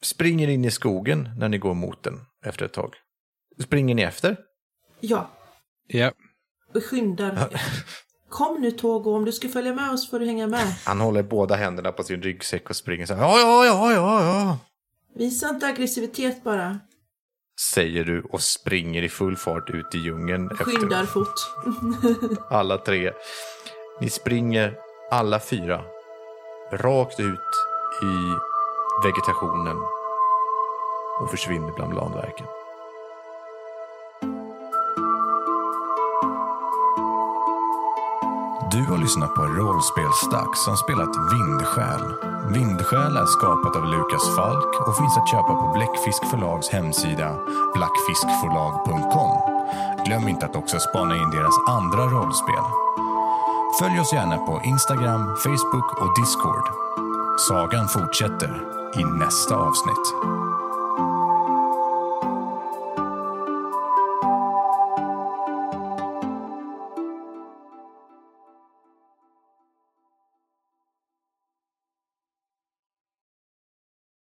springer in i skogen när ni går mot den efter ett tag. Springer ni efter? Ja, Ja, och skyndar. Kom nu Togo, om du ska följa med oss får du hänga med. Han håller båda händerna på sin ryggsäck och springer så här. Ja, ja, ja, ja, ja. Visa inte aggressivitet bara. Säger du och springer i full fart ut i djungeln. efter- Skyndar fort. alla tre. Ni springer alla fyra rakt ut i vegetationen och försvinner bland blandverken. Du har lyssnat på Rollspelsdags som spelat Vindsjäl. Vindsjäl är skapat av Lukas Falk och finns att köpa på Bläckfisk förlags hemsida blackfiskforlag.com. Glöm inte att också spana in deras andra rollspel. Följ oss gärna på Instagram, Facebook och Discord. Sagan fortsätter i nästa avsnitt.